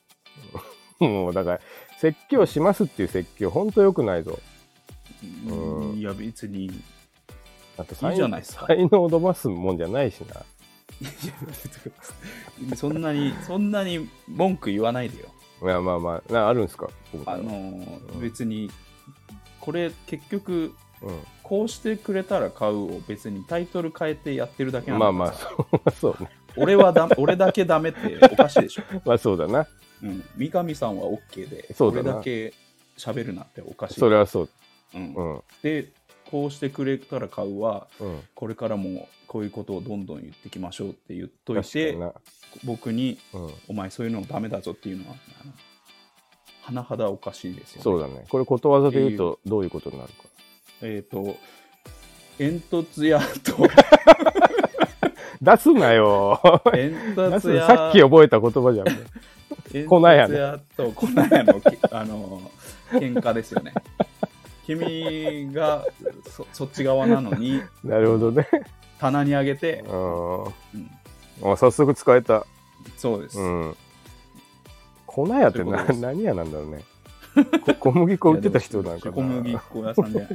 Speaker 2: うもうだから、説教しますっていう説教、ほんとよくないぞ。うん
Speaker 1: いや別にい
Speaker 2: だって
Speaker 1: いじゃないですか。
Speaker 2: 才能を伸ばすもんじゃないしな。
Speaker 1: いや別にそんなにそんなに文句言わないでよ
Speaker 2: いやまあまあ、なあるんすか
Speaker 1: あ、の
Speaker 2: うん
Speaker 1: ー別にこれ結局
Speaker 2: う、
Speaker 1: こうしてくれたら買うを別にタイトル変えてやってるだけなんんだ
Speaker 2: まあ
Speaker 1: から
Speaker 2: まあ、
Speaker 1: さ
Speaker 2: そうそう ね。
Speaker 1: 俺はだ俺だけダメっておかしいでしょ、
Speaker 2: まあそうだな。
Speaker 1: うん、三上さんは OK で
Speaker 2: そうだ
Speaker 1: 俺
Speaker 2: な
Speaker 1: だけ喋るなっておかしい
Speaker 2: それはそう。
Speaker 1: うん
Speaker 2: うん。
Speaker 1: でこうしてくれたら買うは
Speaker 2: うん。
Speaker 1: これからもこういうことをどんどん言ってきましょうって言っとい
Speaker 2: 確か
Speaker 1: て
Speaker 2: にな。
Speaker 1: 僕に
Speaker 2: うん。
Speaker 1: お前そういうのダメだぞっていうのは、あの甚だおかしいですよ、ね。
Speaker 2: そうだね。これことわざで言うと、どういうことになるか。
Speaker 1: えっ、と、煙突屋 と、
Speaker 2: 出す なよ
Speaker 1: 煙
Speaker 2: 出す
Speaker 1: 突屋、
Speaker 2: さっき覚えた言葉じゃん。
Speaker 1: 煙
Speaker 2: 粉屋ね
Speaker 1: 突屋と粉屋のけ、 あの、喧嘩ですよね。君がそそっち側なのに
Speaker 2: なるほどね。
Speaker 1: 棚にあげて、
Speaker 2: う
Speaker 1: うん、
Speaker 2: ん。あ早速使えた。
Speaker 1: そうです、
Speaker 2: うん。粉屋って
Speaker 1: そういう
Speaker 2: な
Speaker 1: ことです
Speaker 2: 何屋なんだろうね。こ 小麦粉売ってた人なんかな。
Speaker 1: 小麦粉屋さんじゃ ない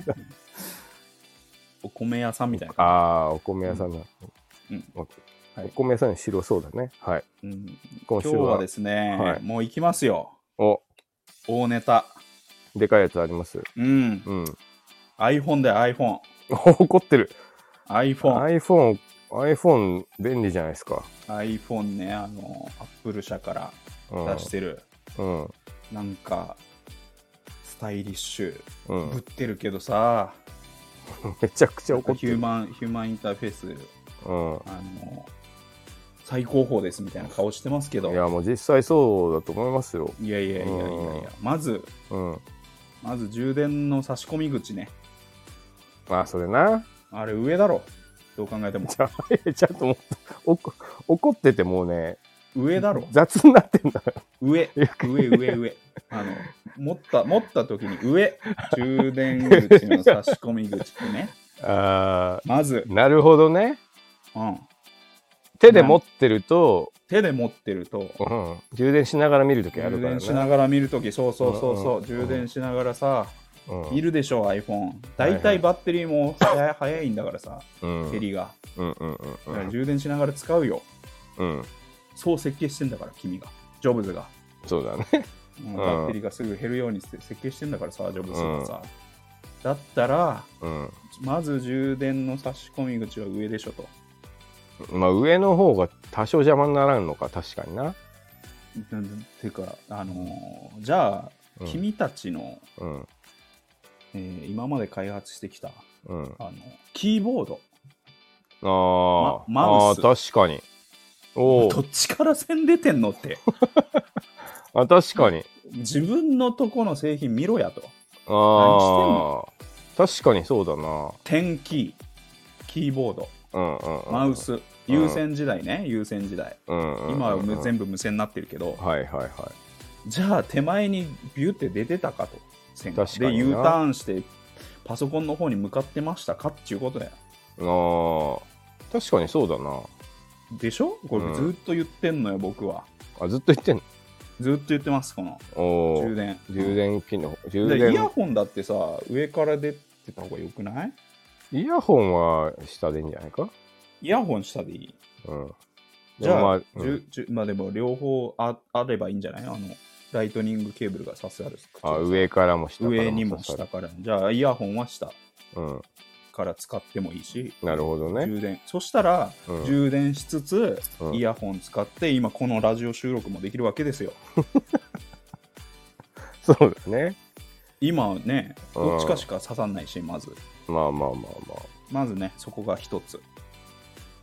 Speaker 1: お米屋さんみたいな、
Speaker 2: ああ、お米屋さんだ、
Speaker 1: うん
Speaker 2: お
Speaker 1: はい
Speaker 2: お米屋さん白そうだね。はい。
Speaker 1: うん、今
Speaker 2: 今
Speaker 1: 日
Speaker 2: 週は
Speaker 1: はですね、
Speaker 2: はい
Speaker 1: もう行きますよ
Speaker 2: お
Speaker 1: 大ネタ
Speaker 2: でかいやつあります。
Speaker 1: うん
Speaker 2: うん。
Speaker 1: iPhone だよ iPhone
Speaker 2: お怒ってる。
Speaker 1: iPhone、
Speaker 2: iPhone、iPhone 便利じゃないですか。
Speaker 1: iPhone ね、あの、Apple 社か
Speaker 2: うん。
Speaker 1: ら出してる、
Speaker 2: うん。
Speaker 1: なんか、スタイリッシュ、
Speaker 2: う
Speaker 1: ぶっ
Speaker 2: ん、
Speaker 1: てるけどさ、
Speaker 2: めちゃくちゃ
Speaker 1: なんか
Speaker 2: 怒っ
Speaker 1: ヒ
Speaker 2: て
Speaker 1: ュー
Speaker 2: る。
Speaker 1: マン、ヒューマンインターフェース、
Speaker 2: う
Speaker 1: あの、最高峰ですみたいな顔してますけど、
Speaker 2: ん。
Speaker 1: い
Speaker 2: い
Speaker 1: や
Speaker 2: や、もう実際そうだと思いますよ。
Speaker 1: いやいやいやいや
Speaker 2: うん、
Speaker 1: まず、
Speaker 2: うん。
Speaker 1: まず充電の差し込み口ね、
Speaker 2: あ、それな。
Speaker 1: あれ上だろ。どう考えても。
Speaker 2: じゃあ、 ちゃんともっとおこ怒っててもうね、
Speaker 1: 上だろ。
Speaker 2: 雑になってんだよ。
Speaker 1: 上。
Speaker 2: よ
Speaker 1: 上、上、上。あの、持った、持った時に上。充電口の差し込み口ってね。
Speaker 2: あ
Speaker 1: まず、
Speaker 2: ーなるほどね。
Speaker 1: うん。
Speaker 2: 手で持ってると、
Speaker 1: 手で持ってると、
Speaker 2: うん、充電しながら見るときあ
Speaker 1: 充
Speaker 2: るから
Speaker 1: 電
Speaker 2: ね。
Speaker 1: しながら見るとき、そうそうそうそう、
Speaker 2: うんうん
Speaker 1: 充電しながらさ、
Speaker 2: うん
Speaker 1: 見るでしょ、iPhone。大体バッテリーも早い早いんだからさ、
Speaker 2: うん
Speaker 1: 減りが。
Speaker 2: うんうんうん
Speaker 1: だから充電しながら使うよ。
Speaker 2: うんうん
Speaker 1: そう設計してんだから、君が。ジョブズが。
Speaker 2: そうだね。
Speaker 1: うんバッテリーがすぐ減るようにせ設計してんだからさ、ジョブズがさ。だったら、
Speaker 2: うん。
Speaker 1: まず充電の差し込み口は上でしょと。
Speaker 2: まあ上の方が多少邪魔にならんのか、確かにな。
Speaker 1: なんでていうか、あのーじゃあ、
Speaker 2: うん
Speaker 1: 君たちの、
Speaker 2: うん。
Speaker 1: えー今まで開発してきた、
Speaker 2: うん。
Speaker 1: あのキーボード。
Speaker 2: あー、
Speaker 1: まマウス
Speaker 2: あー確かに。お
Speaker 1: ど
Speaker 2: ー
Speaker 1: っちから線出てんの って。
Speaker 2: あ、確かに。
Speaker 1: 自分のとこの製品見ろやと。
Speaker 2: ああ、確かにそうだな。
Speaker 1: 点キー、キーボード、
Speaker 2: うんうんうん、
Speaker 1: マウス、優先時代ね、優先時代。
Speaker 2: うんうんうん、
Speaker 1: 今はむ全部無線になってるけど、
Speaker 2: はいはいはい。
Speaker 1: じゃあ手前にビューって出てたかと。線が
Speaker 2: 確かにな
Speaker 1: で、U ターンして、パソコンの方に向かってましたかっていうことだよ。
Speaker 2: ああ、確かにそうだな。
Speaker 1: でしょこ
Speaker 2: う
Speaker 1: れ
Speaker 2: ん
Speaker 1: ずっと言ってんのよ、僕は。
Speaker 2: あ、ずっと言ってんの
Speaker 1: ずっと言ってます、この
Speaker 2: おお。
Speaker 1: 充電。
Speaker 2: 充電機能。充
Speaker 1: でイヤ
Speaker 2: 電。
Speaker 1: ホンだってさ、上から出てた方がよくない
Speaker 2: イヤホンは下でいいんじゃないか
Speaker 1: イヤホンしたでいい。
Speaker 2: うん。
Speaker 1: じゃあ、
Speaker 2: ま
Speaker 1: ま
Speaker 2: あ
Speaker 1: あ
Speaker 2: うん
Speaker 1: まあでも両方ああればいいんじゃないあの、ライトニングケーブルが挿せある。
Speaker 2: あ、上からも下からも
Speaker 1: 上にも
Speaker 2: 刺
Speaker 1: 下
Speaker 2: さる。
Speaker 1: から。じゃあ、イヤホンは下
Speaker 2: うん。
Speaker 1: から使ってもいいし、
Speaker 2: なるほどね。
Speaker 1: 充電。そしたら、
Speaker 2: うん
Speaker 1: 充電しつつ、
Speaker 2: うん
Speaker 1: イヤホン使って、今このラジオ収録もできるわけですよ。
Speaker 2: そうだね。
Speaker 1: 今ね、
Speaker 2: うん
Speaker 1: どっちかしか刺さんないし、まず。
Speaker 2: まあまあまあ
Speaker 1: まずね、そこが一つ。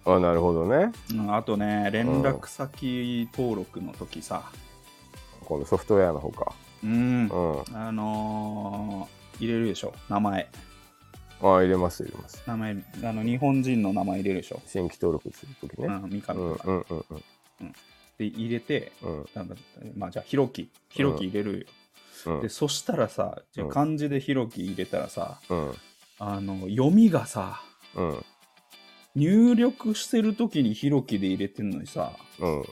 Speaker 2: まあ。あ、なるほどね。
Speaker 1: うん、あとね、連絡先登録の時さ、
Speaker 2: このソフトウェアの方か。
Speaker 1: うん、
Speaker 2: うん。あ
Speaker 1: あのー入れるでしょ、名前。
Speaker 2: 入れます入れます。
Speaker 1: 名前、あの、日本人の名前入れるでしょ。
Speaker 2: 新規登録するとき
Speaker 1: う
Speaker 2: ね。
Speaker 1: ん、三上
Speaker 2: う
Speaker 1: と
Speaker 2: ん
Speaker 1: か。
Speaker 2: うんうんうん
Speaker 1: で、入れて、
Speaker 2: うん
Speaker 1: なんだまあ、じゃあ、ひろき。ひろき入れるよ。
Speaker 2: うん
Speaker 1: で、そしたらさ、じゃあ
Speaker 2: うん
Speaker 1: 漢字でひろき入れたらさ、
Speaker 2: うん
Speaker 1: あの、読みがさ、
Speaker 2: うん
Speaker 1: 入力してる時にひろきで入れてんのにさ、
Speaker 2: うん。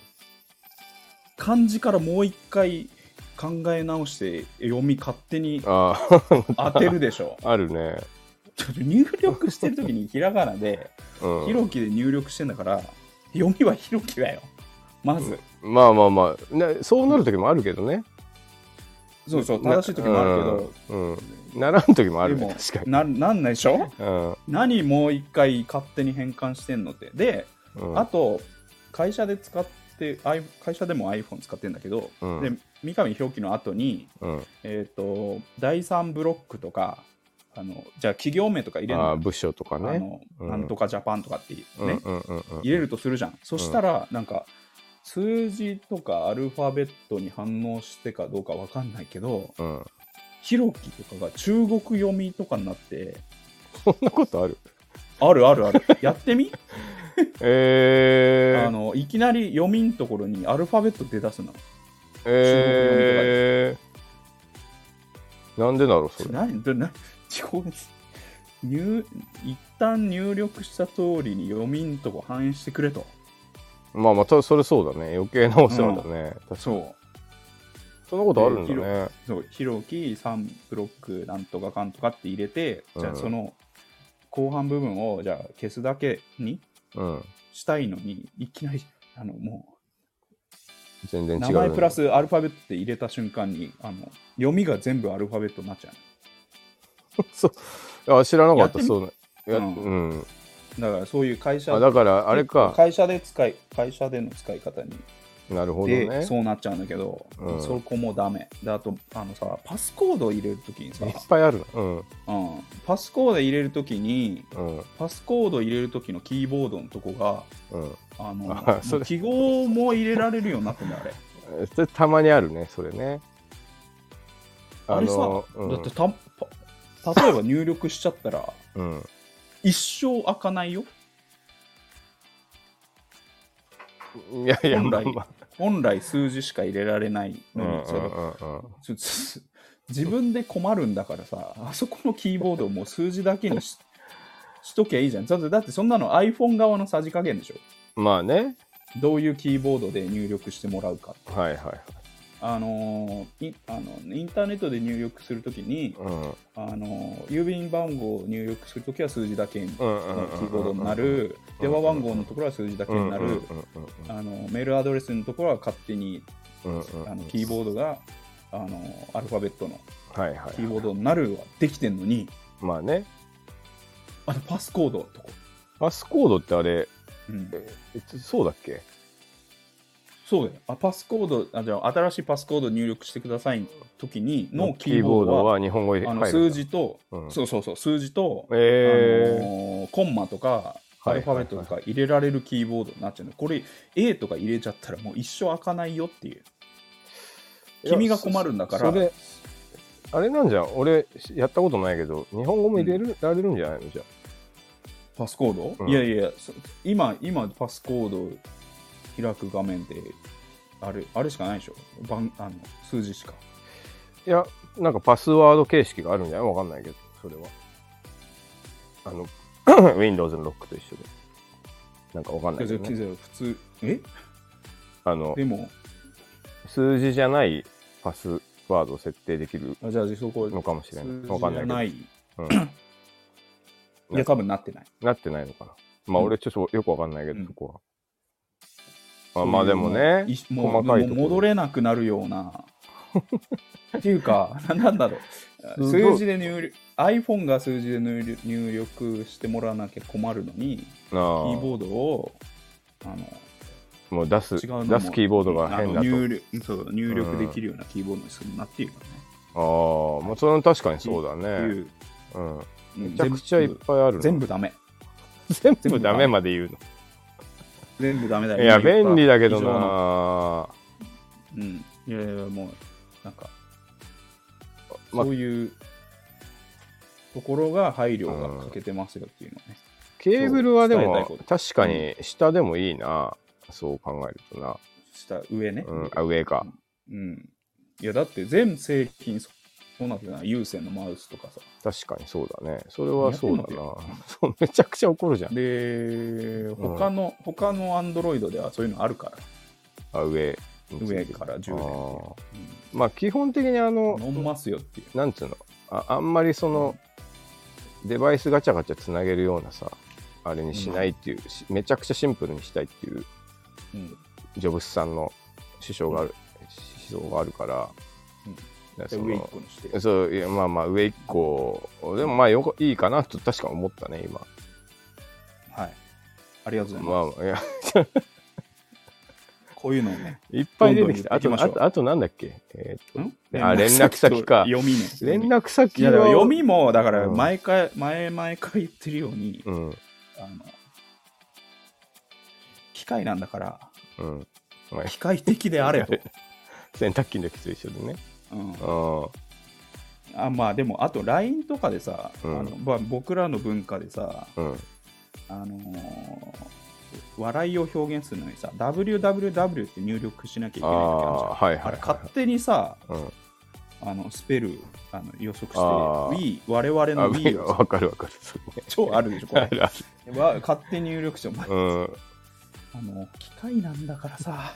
Speaker 1: 漢字からもう一回考え直して読み勝手に
Speaker 2: ああ、。
Speaker 1: 当てるでしょ
Speaker 2: あるね。
Speaker 1: ちょっと入力してる時にひらがなで、
Speaker 2: うん
Speaker 1: ひろきで入力してんだから、読みはひろきだよ。まず、
Speaker 2: まあまあまあ、ね、そうなる時もあるけどね。
Speaker 1: そうそう、正しい時もあるけど、
Speaker 2: うん。うんならん時もある
Speaker 1: でも
Speaker 2: ね。確かに。
Speaker 1: ななんないでしょ
Speaker 2: うん
Speaker 1: 何もう一回勝手に変換してんのって。で、
Speaker 2: うん。
Speaker 1: あと、会社で使って、アイ会社でも iPhone 使ってんだけど、
Speaker 2: うん
Speaker 1: で、三上表記の後に、
Speaker 2: うん。
Speaker 1: えっ、と、第3ブロックとか、あの、じゃあ企業名とか入れる
Speaker 2: ああ、
Speaker 1: の、
Speaker 2: 部署とか
Speaker 1: あ
Speaker 2: ね。
Speaker 1: の、
Speaker 2: うん
Speaker 1: なんとかジャパンとかってね、
Speaker 2: うんうんうんうん。
Speaker 1: 入れるとするじゃん。そしたら、なんか、数字とかアルファベットに反応してかどうかわかんないけど、
Speaker 2: うん。
Speaker 1: ひろきとかが中国読みとかになって、
Speaker 2: そんなことある
Speaker 1: あるあるあ る。やってみ
Speaker 2: え
Speaker 1: あ
Speaker 2: ー。
Speaker 1: の、いきなり読みんところにアルファベット出だすの。
Speaker 2: えー。なんでだろう、それ。
Speaker 1: 何どな違うです入一旦入力した通りに読みんとこ反映してくれと
Speaker 2: まあまあ、たそれそうだね。余計なお世話だね。確かに
Speaker 1: そう
Speaker 2: そんなことあるんだね。
Speaker 1: そうひろき3ブロックなんとかかんとかって入れて、じゃあ
Speaker 2: うん
Speaker 1: その後半部分をじゃあ消すだけに
Speaker 2: うん。
Speaker 1: したいのにいきなりあのも
Speaker 2: 全然
Speaker 1: う
Speaker 2: 違
Speaker 1: 名
Speaker 2: うね。
Speaker 1: 前プラスアルファベットって入れた瞬間にあの読みが全部アルファベットになっちゃ
Speaker 2: あ知らなかった
Speaker 1: やってみ
Speaker 2: そうねや
Speaker 1: う
Speaker 2: うんん、
Speaker 1: うだからそういう会社
Speaker 2: あだからあれか
Speaker 1: 会社で使い会社での使い方に
Speaker 2: なるほど
Speaker 1: で、
Speaker 2: ね
Speaker 1: そうなっちゃうんだけど、
Speaker 2: うん
Speaker 1: そこもダメであとあのさパスコード入れるときにさ
Speaker 2: い、っぱいあるの
Speaker 1: うん、パスコード入れるときに
Speaker 2: うん
Speaker 1: パスコード入れるときのキーボードのとこが
Speaker 2: うんうん
Speaker 1: あの
Speaker 2: あそれ
Speaker 1: 記号も入れられるようになってんだあれ
Speaker 2: それたまにあるねそれね
Speaker 1: あれさ、
Speaker 2: うん
Speaker 1: だってたパ例えば入力しちゃったら、
Speaker 2: うん。
Speaker 1: 一生開かないよ。
Speaker 2: いやいや、
Speaker 1: 本
Speaker 2: まあ
Speaker 1: 来
Speaker 2: ま
Speaker 1: 本来数字しか入れられない
Speaker 2: あ。う
Speaker 1: の
Speaker 2: ん
Speaker 1: に
Speaker 2: う
Speaker 1: さ、
Speaker 2: んうんうん。
Speaker 1: ちょつ自分で困るんだからさ、あそこのキーボードをもう数字だけにししときゃいいじゃん。だってだってそんなの iPhone 側のさじ加減でしょ。
Speaker 2: まあね。
Speaker 1: どういうキーボードで入力してもらうか。
Speaker 2: はいはい。
Speaker 1: あのーいあのインターネットで入力するときに、
Speaker 2: うん。うん
Speaker 1: あのー郵便番号を入力するときは数字だけのキ
Speaker 2: うんうんうん。
Speaker 1: ーボードになる、電話番号のところは数字だけ
Speaker 2: うんうん
Speaker 1: に
Speaker 2: うん
Speaker 1: な
Speaker 2: うん
Speaker 1: る、あのメールアドレスのところは勝手に
Speaker 2: うんうん。
Speaker 1: あのキーボードがあのアルファベットの
Speaker 2: はいはいはい。
Speaker 1: キーボードになるはできてんのに、
Speaker 2: まあね。
Speaker 1: あとパスコードとか、
Speaker 2: パスコードってあれ、
Speaker 1: うん
Speaker 2: ええそうだっけ
Speaker 1: そうだよあパスコードあじゃあ新しいパスコード入力してくださいの時にのキーボードは
Speaker 2: キ日本語で
Speaker 1: あ
Speaker 2: 入るん
Speaker 1: の
Speaker 2: だ
Speaker 1: 数字と、
Speaker 2: うん
Speaker 1: そうそうそう数字と、
Speaker 2: え
Speaker 1: あ
Speaker 2: ー
Speaker 1: のーコンマとか
Speaker 2: はい
Speaker 1: アルファベットとか入れられるキーボードになっちゃうの、これ A とか入れちゃったらもう一生開かないよっていう
Speaker 2: いや
Speaker 1: 君が困るんだから
Speaker 2: そそれあれなんじゃん俺やったことないけど日本語も入れる、られるんじゃないのじゃ
Speaker 1: パスコード、
Speaker 2: うん
Speaker 1: いやいやそ今今パスコード開く画面ってあれあれしかないでしょ番あの数字しか
Speaker 2: いやなんかパスワード形式があるんじゃないわかんないけどそれはあの Windows のロックと一緒でなんかわかんないけど、ね、
Speaker 1: 090普通え
Speaker 2: あの
Speaker 1: でも
Speaker 2: 数字じゃないパスワードを設定できる
Speaker 1: あじゃあそこ
Speaker 2: のかもしれないわかんないけど
Speaker 1: ないい
Speaker 2: うん、
Speaker 1: や多分なってない
Speaker 2: なってないのかなまあ
Speaker 1: うん
Speaker 2: 俺ちょっとよくわかんないけど、
Speaker 1: うん
Speaker 2: そこはあまあでもね
Speaker 1: いもう
Speaker 2: 細かいところ
Speaker 1: もう戻れなくなるようなっていうかななんだろ
Speaker 2: す
Speaker 1: う
Speaker 2: ごい
Speaker 1: 数字で入力 iPhone が数字で入力入力してもらわなきゃ困るのにキ
Speaker 2: なあ
Speaker 1: ーボードをあの
Speaker 2: もう出す、出
Speaker 1: 違うのも
Speaker 2: すキーボードが変だ
Speaker 1: あの
Speaker 2: と。
Speaker 1: 入力そう入力できるようなキーボードにするなっていうかね、
Speaker 2: ああ、もうそれは確かにそうだ
Speaker 1: って
Speaker 2: ね。
Speaker 1: いう
Speaker 2: うん。
Speaker 1: うん
Speaker 2: めちゃくちゃいっぱいあるな
Speaker 1: 全部ダメ
Speaker 2: 全
Speaker 1: 全部
Speaker 2: 部ダメまで言う
Speaker 1: 全部ダメだ
Speaker 2: の。
Speaker 1: よ
Speaker 2: いや、
Speaker 1: 入力は
Speaker 2: 便利だけど
Speaker 1: 非常の
Speaker 2: な。
Speaker 1: うんいやいやもうなんか、
Speaker 2: ま
Speaker 1: そういうところが配慮が欠けてますよっていうのね、
Speaker 2: ケーブルはで
Speaker 1: 伝えたい
Speaker 2: も
Speaker 1: こと、
Speaker 2: 確かに下でもいいな。そう考えるとな。
Speaker 1: 下上ね
Speaker 2: うん、あ、上か。
Speaker 1: うんいやだって全製品そうなってない有線のマウスとかさ
Speaker 2: 確かにそうだね。それはそう
Speaker 1: や
Speaker 2: だ
Speaker 1: ってん
Speaker 2: な
Speaker 1: の。
Speaker 2: そう、めちゃくちゃ怒るじゃん。
Speaker 1: で他の、他のアンドロイドではそういうのあるから
Speaker 2: あ、上。
Speaker 1: 上から10
Speaker 2: ああ
Speaker 1: 年
Speaker 2: まあ、基本的にあの、
Speaker 1: 飲ますよっていう
Speaker 2: なんつうのああんまりそのデバイスガチャガチャつなげるようなさあれにしないっていう、しめちゃくちゃシンプルにしたいっていう
Speaker 1: うん
Speaker 2: ジョブスさんの主張がある、思想があるから,、
Speaker 1: うん
Speaker 2: だから
Speaker 1: で
Speaker 2: そ
Speaker 1: 上1
Speaker 2: の
Speaker 1: 個にして
Speaker 2: そういやまあまあ上1個でもまあよこいいかなと確か思ったね今
Speaker 1: はいありがとうございます、
Speaker 2: まあいや
Speaker 1: こ ういうのをね
Speaker 2: いっぱい出てきたあ
Speaker 1: どんどん行きま
Speaker 2: と
Speaker 1: しょ
Speaker 2: あ
Speaker 1: う
Speaker 2: とあとなんだっけえーっと
Speaker 1: ん
Speaker 2: あ連絡先か
Speaker 1: 読みね
Speaker 2: 連絡先
Speaker 1: いやだから
Speaker 2: は
Speaker 1: 読みもだから
Speaker 2: うん
Speaker 1: 毎回、前々回言ってるように、
Speaker 2: うん
Speaker 1: あの機械なんだから
Speaker 2: うんまあ
Speaker 1: 機械的であれと、
Speaker 2: 洗濯機の時と一緒でね
Speaker 1: うん、
Speaker 2: うん
Speaker 1: あまあでもあと LINE とかでさ、
Speaker 2: うん
Speaker 1: あのまあ、僕らの文化でさ
Speaker 2: うん
Speaker 1: あのー笑いを表現するのにさ www って入力しなきゃいけない時あるじゃん
Speaker 2: ああーはいはい、
Speaker 1: あ
Speaker 2: はい
Speaker 1: れ勝手にさ
Speaker 2: うん、
Speaker 1: あのスペルあの予測して
Speaker 2: あー
Speaker 1: We 我々
Speaker 2: あ
Speaker 1: の We を
Speaker 2: わかるわかる。それね
Speaker 1: 超 あるでしょこ
Speaker 2: あ
Speaker 1: れ
Speaker 2: るある
Speaker 1: は勝手に入力してお前
Speaker 2: うん。
Speaker 1: あの機械なんだからさ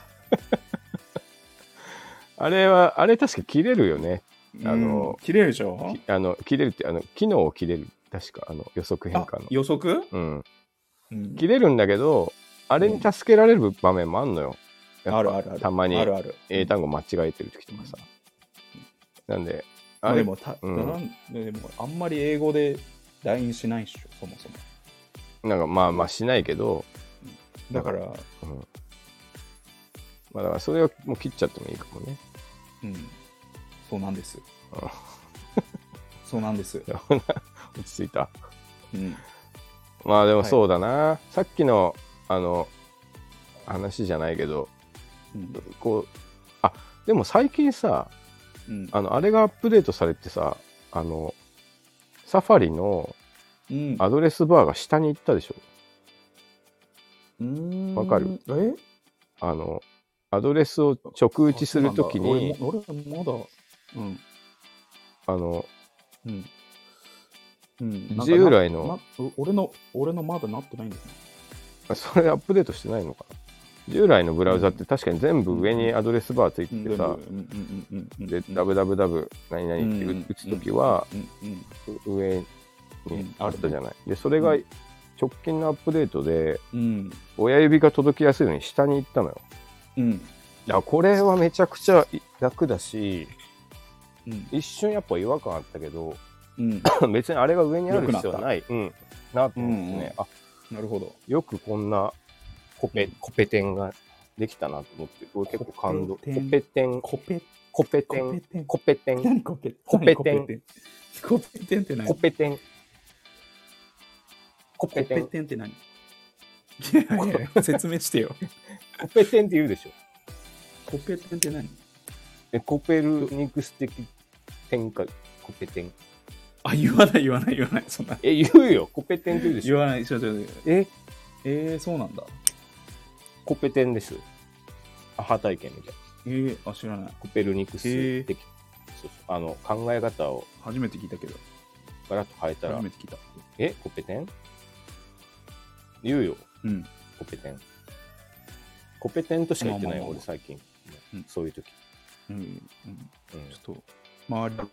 Speaker 2: あれは、あれ確か切れるよね。あの
Speaker 1: うん切れるでしょ
Speaker 2: きあの切れるって、あの機能を切れる。確か、あの予測変
Speaker 1: あ
Speaker 2: 化の。
Speaker 1: 予測、
Speaker 2: うん。
Speaker 1: うん
Speaker 2: 切れるんだけど、あれに助けられる場面もあんのよ。やっぱ
Speaker 1: あるあるある
Speaker 2: たまに
Speaker 1: あるある
Speaker 2: 英単語間違えてる時とかさ。なんで、
Speaker 1: ま
Speaker 2: あ
Speaker 1: あ
Speaker 2: れ
Speaker 1: でもた、
Speaker 2: うん
Speaker 1: なんでもあんまり英語で LINE しないっしょそもそも
Speaker 2: なんかまあまあしないけど、
Speaker 1: だから、
Speaker 2: うん。まあだからそれをもう切っちゃってもいいかもね。
Speaker 1: うん、そうなんです
Speaker 2: あ
Speaker 1: そうなんです、
Speaker 2: 落ち着いた。
Speaker 1: うん、
Speaker 2: まあでもそうだな、さっきのあの話じゃないけど
Speaker 1: うん
Speaker 2: こうあでも最近さ
Speaker 1: うん
Speaker 2: あのあれがアップデートされてさあのサファリの
Speaker 1: うん。
Speaker 2: アドレスバーが下に行ったでしょ
Speaker 1: うーん
Speaker 2: わかる。
Speaker 1: え
Speaker 2: あのアドレスを直打ちするときに
Speaker 1: あそうなんだ俺も俺まだ、うん。
Speaker 2: あの
Speaker 1: うん。うん、なんか
Speaker 2: 従来の
Speaker 1: なな俺の、俺のまだなってないんだよね。
Speaker 2: それアップデートしてないのかな従来のブラウザって確かに全部上にアドレスバーついて
Speaker 1: うん
Speaker 2: てさ、
Speaker 1: うんうんうんうんうん。
Speaker 2: で、
Speaker 1: ブ
Speaker 2: www 何々って打つときは、
Speaker 1: うんうん
Speaker 2: 上にあったじゃない。で、それが
Speaker 1: うん
Speaker 2: 直近のアップデートで、
Speaker 1: うん。
Speaker 2: 親指が届きやすいように下に行ったのよ。
Speaker 1: うん。
Speaker 2: いや、これはめちゃくちゃ楽だし、
Speaker 1: うん。
Speaker 2: 一瞬やっぱ違和感あったけど、
Speaker 1: うん。
Speaker 2: 別にあれが上にある必要はない。うん。なと思って
Speaker 1: うんうん
Speaker 2: ね、あ、
Speaker 1: なるほど。
Speaker 2: よくこんなコペ、コペテンができたなと思って、これ結構感動。コ
Speaker 1: コペテン
Speaker 2: ペテン、
Speaker 1: コペ、
Speaker 2: コペ
Speaker 1: コ
Speaker 2: テン
Speaker 1: ペ、テン。
Speaker 2: コペテン、
Speaker 1: 何コペ、
Speaker 2: コペテ
Speaker 1: 何コ
Speaker 2: ン
Speaker 1: ペテン。コペテンって何
Speaker 2: コペテン。コ
Speaker 1: コ
Speaker 2: ペテ
Speaker 1: ペ
Speaker 2: ン。
Speaker 1: テンって何いやいやいや説明してよ。
Speaker 2: コペテンって言うでしょ。
Speaker 1: コペテンって何
Speaker 2: エコペルニクス的展開。コペテン。
Speaker 1: あ、言わない言わない言わない。そんな。
Speaker 2: え、言うよ。コペテンって言うでし
Speaker 1: 言
Speaker 2: ょ。
Speaker 1: わない。ちょちょちょ
Speaker 2: え、
Speaker 1: えー、そうなんだ。
Speaker 2: コペテンですよ。アハ体験みたいな。
Speaker 1: えー、あ、知らない。
Speaker 2: コペルニク
Speaker 1: へ
Speaker 2: ス
Speaker 1: ー
Speaker 2: 的。そうそうあの考え方を
Speaker 1: 初めて聞いたけど。
Speaker 2: ガラッと変えたら
Speaker 1: 初め、て聞いた。
Speaker 2: え、コペテン言うよ。
Speaker 1: うん。
Speaker 2: コペテン。コペテンとしか言ってないよ、
Speaker 1: まあまあまあ
Speaker 2: 俺最近。
Speaker 1: うん
Speaker 2: そういう時。
Speaker 1: うん。うん
Speaker 2: うん
Speaker 1: ちょっと、周りは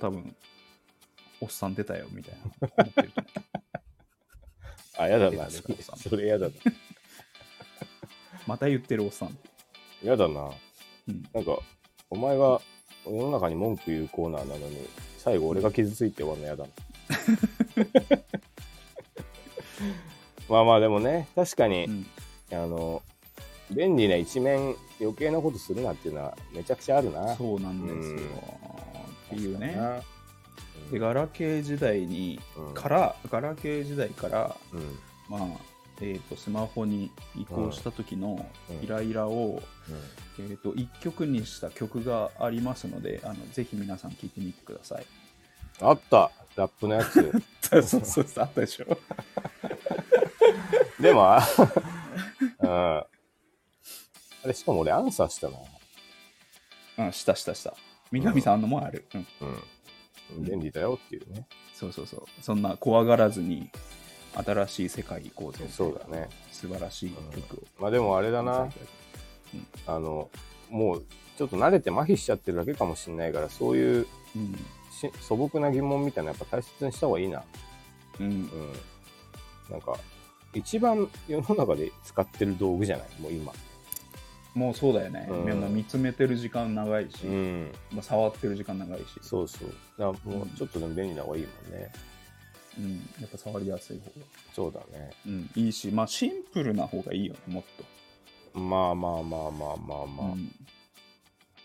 Speaker 1: 多分、おっさん出たよみたいな。思ってると思
Speaker 2: あ、やだ
Speaker 1: 出た
Speaker 2: な。
Speaker 1: 出
Speaker 2: そ
Speaker 1: た
Speaker 2: れ それやだ
Speaker 1: う
Speaker 2: な。
Speaker 1: また言ってるおっさん。
Speaker 2: やだな。
Speaker 1: うん。
Speaker 2: なんか、お前が世の中に文句言うコーナーなのに、最後俺が傷ついて終わるの やだな。まあまあでもね、確かに、
Speaker 1: うん
Speaker 2: あの、便利な一面、余計なことするなっていうのはめちゃくちゃあるな。
Speaker 1: そうなんですよ。っていうね。
Speaker 2: う
Speaker 1: で、ガラケー時代に、
Speaker 2: ん。
Speaker 1: から、ガラケー時代から、
Speaker 2: うん。うん。
Speaker 1: まあ、えー、とスマホに移行した時の
Speaker 2: うん
Speaker 1: イライラを、えー、と1曲にした曲がありますのであのぜひ皆さん聴いてみてください。
Speaker 2: あったラップのやつ。
Speaker 1: そうそうそうあったでしょ。
Speaker 2: でも、あ うん。あれ、しかも俺アンサーしたな。
Speaker 1: うん、したしたした。三上さんのもある。うん、
Speaker 2: うん。便利だよっていうね。
Speaker 1: そうそうそう。そんな怖がらずに新しい世界行こうぜ。
Speaker 2: そうだね。
Speaker 1: 素晴らしい曲を。
Speaker 2: まあでもあれだな。あの、もうちょっと慣れて麻痺しちゃってるだけかもしれないから、そういう
Speaker 1: うん。
Speaker 2: し素朴な疑問みたいなのやっぱ大切にした方がいいな。
Speaker 1: うん
Speaker 2: う。ん。なんか、一番世の中で使ってる道具じゃないもう今。
Speaker 1: もうそうだよね。
Speaker 2: うん
Speaker 1: みんな見つめてる時間長いし、
Speaker 2: ん。
Speaker 1: まあ、触ってる時間長いし、
Speaker 2: そうそう。だからもうちょっとでも便利な方がいいもんね。
Speaker 1: うん、やっぱ触りやすい方が。
Speaker 2: そうだね。
Speaker 1: うん、いいし、まあシンプルな方がいいよね、もっと。
Speaker 2: まあまあまあまあまあまあ。
Speaker 1: うん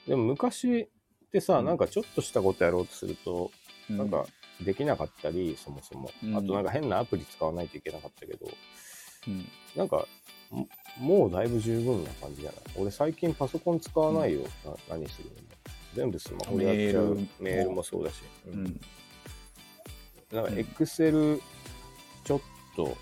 Speaker 2: でも昔ってさ、
Speaker 1: うん
Speaker 2: なんかちょっとしたことやろうとすると、
Speaker 1: う
Speaker 2: なんか、できなかったり、そもそも。
Speaker 1: うん
Speaker 2: あとなんか変なアプリ使わないといけなかったけど、
Speaker 1: うん
Speaker 2: なんか、ももうだいぶ十分な感じじゃない俺最近パソコン使わないよ。な何するのも全部スマホでやっちゃ
Speaker 1: メール
Speaker 2: う。
Speaker 1: も
Speaker 2: メールもそうだし。う
Speaker 1: うんん
Speaker 2: なんか
Speaker 1: うん
Speaker 2: エクセルちょっと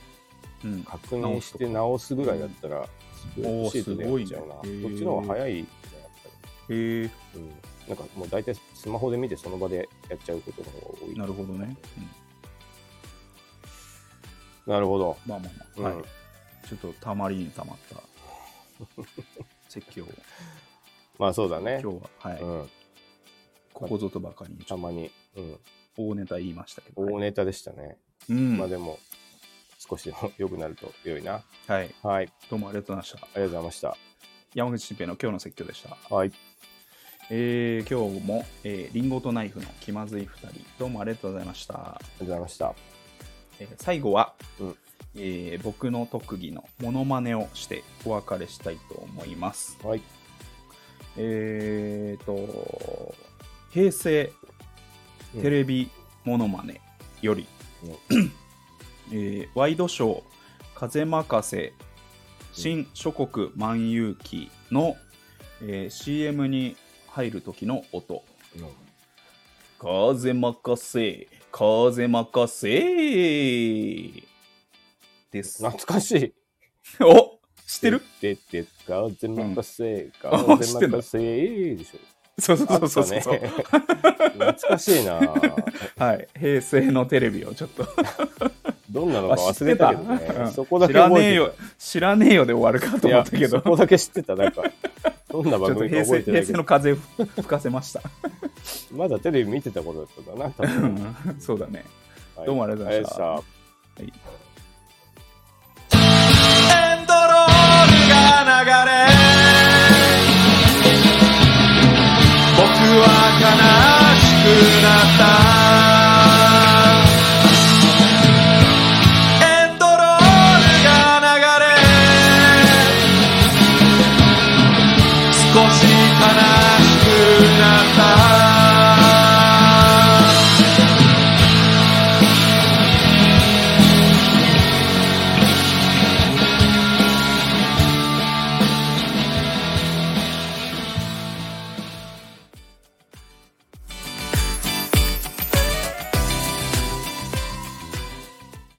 Speaker 1: うん、
Speaker 2: 確認して直すぐらいだったら、スプレッドシートでやっちゃうな。
Speaker 1: お
Speaker 2: こ
Speaker 1: ーすごいねへー
Speaker 2: っちの方が早いね、やっぱ
Speaker 1: へえ
Speaker 2: り。うん。なんかもう大体スマホで見てその場でやっちゃうことの方が多い。
Speaker 1: なるほどね、うん
Speaker 2: なるほど。
Speaker 1: まあまあ
Speaker 2: うん
Speaker 1: まあ、はい、ちょっとたまりにたまった 説教を
Speaker 2: まあそうだ
Speaker 1: 今
Speaker 2: ね
Speaker 1: 日。は、はい
Speaker 2: うん。
Speaker 1: ここぞとばかりにちょ
Speaker 2: た
Speaker 1: っ
Speaker 2: まに。うん。
Speaker 1: と大ネタ言いましたけど、
Speaker 2: 大
Speaker 1: はい
Speaker 2: ネタでしたね。
Speaker 1: うん
Speaker 2: まあでも、少しでも 良くなると良いな。
Speaker 1: はい、
Speaker 2: はい。
Speaker 1: どうもありがとうございました
Speaker 2: ありがとうございました。
Speaker 1: 山口新平の今日の説教でした、
Speaker 2: はい。
Speaker 1: えー、今日も、えー、リンゴとナイフの気まずい2人どうもありがとうございました
Speaker 2: ありがとうございました。
Speaker 1: えー最後は、
Speaker 2: うん
Speaker 1: えー僕の特技のモノマネをしてお別れしたいと思います。
Speaker 2: はい。
Speaker 1: えー、と、平成
Speaker 2: うん
Speaker 1: テレビモノマネより、えーワイドショー風任せ新諸国万有記の、えー CM に入る時の音。
Speaker 2: うん
Speaker 1: 風任せ風任せです。
Speaker 2: 懐かしい。
Speaker 1: お知ってる
Speaker 2: ででで風任せ、
Speaker 1: あ
Speaker 2: 風
Speaker 1: 知ってんだ
Speaker 2: 任せでしょ。
Speaker 1: そうそうそうそうそう。
Speaker 2: あったね懐かしいな。
Speaker 1: はい。平成のテレビをちょっ と。
Speaker 2: どんなのか忘れたけど
Speaker 1: あ知 ってたう
Speaker 2: ね。
Speaker 1: ん
Speaker 2: そこだ
Speaker 1: 知
Speaker 2: け
Speaker 1: ら
Speaker 2: 覚
Speaker 1: ねえ
Speaker 2: え
Speaker 1: よ、知らねえよで終わるかと
Speaker 2: て。
Speaker 1: 思ったた
Speaker 2: い
Speaker 1: け
Speaker 2: や、
Speaker 1: ど、
Speaker 2: そ
Speaker 1: ちょ
Speaker 2: こだけ知ってた。なんか、どんな
Speaker 1: っ
Speaker 2: 番
Speaker 1: と
Speaker 2: 組
Speaker 1: 平
Speaker 2: か覚
Speaker 1: 成
Speaker 2: えてな
Speaker 1: 平
Speaker 2: いけ
Speaker 1: 成
Speaker 2: ど
Speaker 1: の、風を吹かせました。
Speaker 2: まだテレビ見てたことだったんだな多
Speaker 1: う
Speaker 2: 分。
Speaker 1: んそうだね。
Speaker 2: はい
Speaker 1: どうもありがとうございました
Speaker 2: ありがとうございました。
Speaker 1: エンドロールが流れ僕は悲しくなったエンドロールが流れ少し悲しくなった